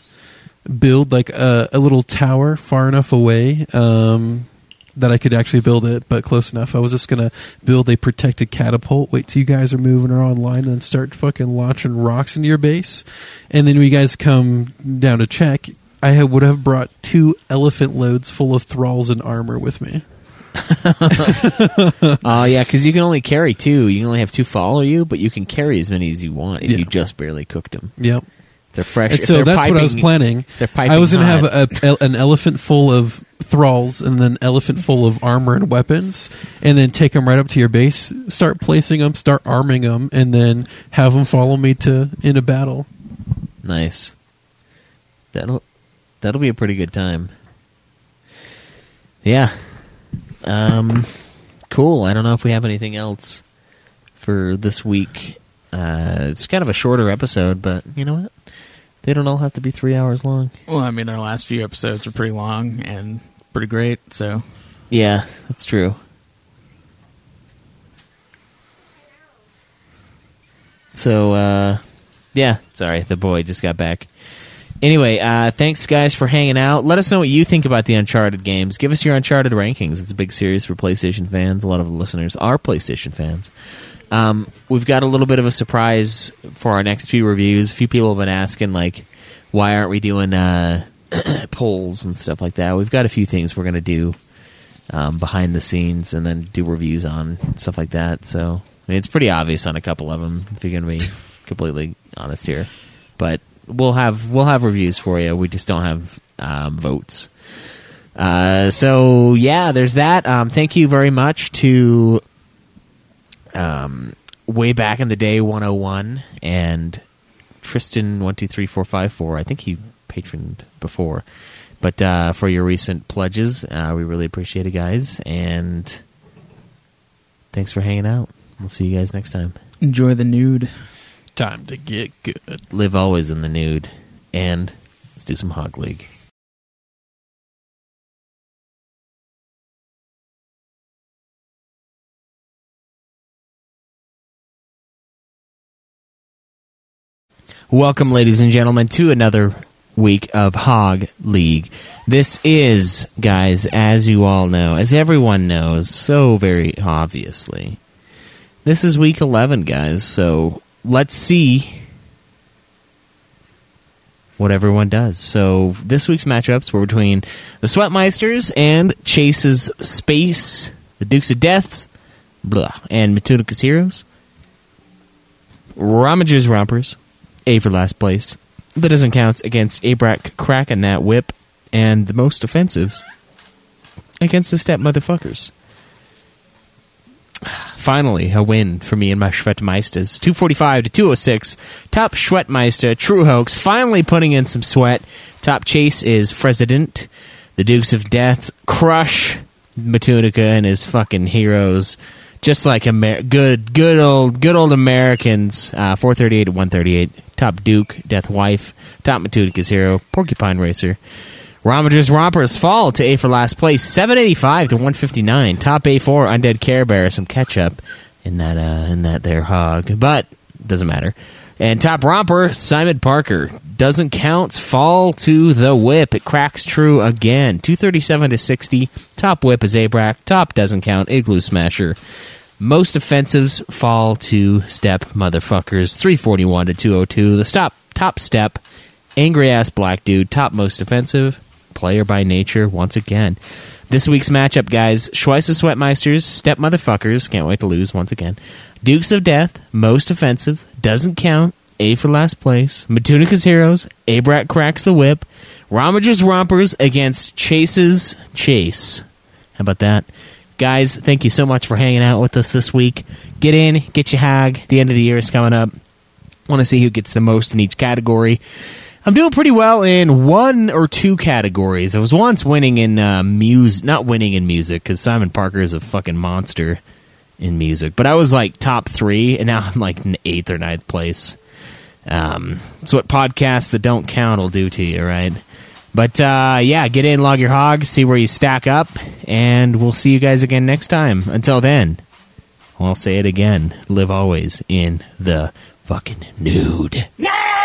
build like a, a little tower far enough away um, that I could actually build it, but close enough. I was just going to build a protected catapult. Wait till you guys are moving or online, and then start fucking launching rocks into your base. And then when you guys come down to check, I ha- would have brought two elephant loads full of thralls and armor with me.
of- Oh yeah, because you can only carry two. You can only have two follow you, but you can carry as many as you want if
Yeah.
you just barely cooked them.
Yep.
They're fresh.
And
If
so
they're
that's what I was
piping-
planning.
they're piping
I was going to
hot.
have a, an elephant full of thralls and then elephant full of armor and weapons, and then take them right up to your base, start placing them, start arming them, and then have them follow me to in a battle.
Nice. That'll that'll be a pretty good time. Yeah. Um cool. I don't know if we have anything else for this week. Uh it's kind of a shorter episode, but you know what? They don't all have to be 3 hours long.
well, I mean, our last few episodes were pretty long and pretty great. So
Yeah, that's true. So, uh, yeah, sorry, the boy just got back. Anyway, uh, thanks guys for hanging out. Let us know what you think about the Uncharted games. Give us your Uncharted rankings. It's a big series for PlayStation fans. A lot of the listeners are PlayStation fans. Um, we've got a little bit of a surprise for our next few reviews. A few people have been asking, like, why aren't we doing uh, polls and stuff like that? We've got a few things we're going to do um, behind the scenes and then do reviews on stuff like that. So I mean, it's pretty obvious on a couple of them. If you're going to be completely honest here, but we'll have we'll have reviews for you. We just don't have um, votes. Uh, so yeah, there's that. Um, thank you very much to um, way back in the day 101 and Tristan one two three four five four. I think he patroned before, but uh, for your recent pledges, uh, we really appreciate it, guys. And thanks for hanging out. We'll see you guys next time.
enjoy the nude.
Time to get good.
Live always in the nude, and let's do some hog league. Welcome, ladies and gentlemen, to another week of Hog League. This is, guys, as you all know, as everyone knows, so very obviously, this is week 11, guys, so let's see what everyone does. So this week's matchups were between the Sweatmeisters and Chase's Space, the Dukes of Deaths, blah, and Matunica's Heroes. Ramage's Rompers, A for last place. The doesn't counts against Abrac Crack and that whip, and the most offensives against the step motherfuckers. Finally, a win for me and my Schwettmeisters. 245 to 206. Top Schwettmeister, True Hoax, finally putting in some sweat. Top Chase is President. The Dukes of Death crush Matunica and his fucking heroes, just like Amer- good, good old, good old Americans. Uh, Four thirty-eight to one thirty-eight. Top Duke, Death Wife, Top Matunica's hero, Porcupine Racer. Ramager's Rompers fall to A for last place, 785 to 159. Top A4, Undead Care Bear, some catch up in that uh, in that there hog, but doesn't matter. And top romper, Simon Parker. Doesn't count. Fall to the whip. It cracks true again. 237 to 60. Top whip is Abrac. Top doesn't count. Igloo Smasher. Most offensives fall to step motherfuckers. 341 to 202. The stop top step. Angry ass black dude. Top most offensive. Player by nature once again. This week's matchup, guys, Schweisse Sweatmeisters, Step Motherfuckers, can't wait to lose once again. Dukes of Death, most offensive, doesn't count, A for last place. Matunica's Heroes, Abrat cracks the whip. Romager's Rompers against Chase's Chase. How about that? Guys, thank you so much for hanging out with us this week. Get in, get your hag. The end of the year is coming up. Want to see who gets the most in each category. I'm doing pretty well in one or two categories. I was once winning in uh, music, not winning in music, because Simon Parker is a fucking monster in music. But I was like top three, and now I'm like in eighth or ninth place. Um, it's what podcasts that don't count will do to you, right? But uh, yeah, get in, log your hog, see where you stack up, and we'll see you guys again next time. Until then, I'll say it again: live always in the fucking nude.
Yeah!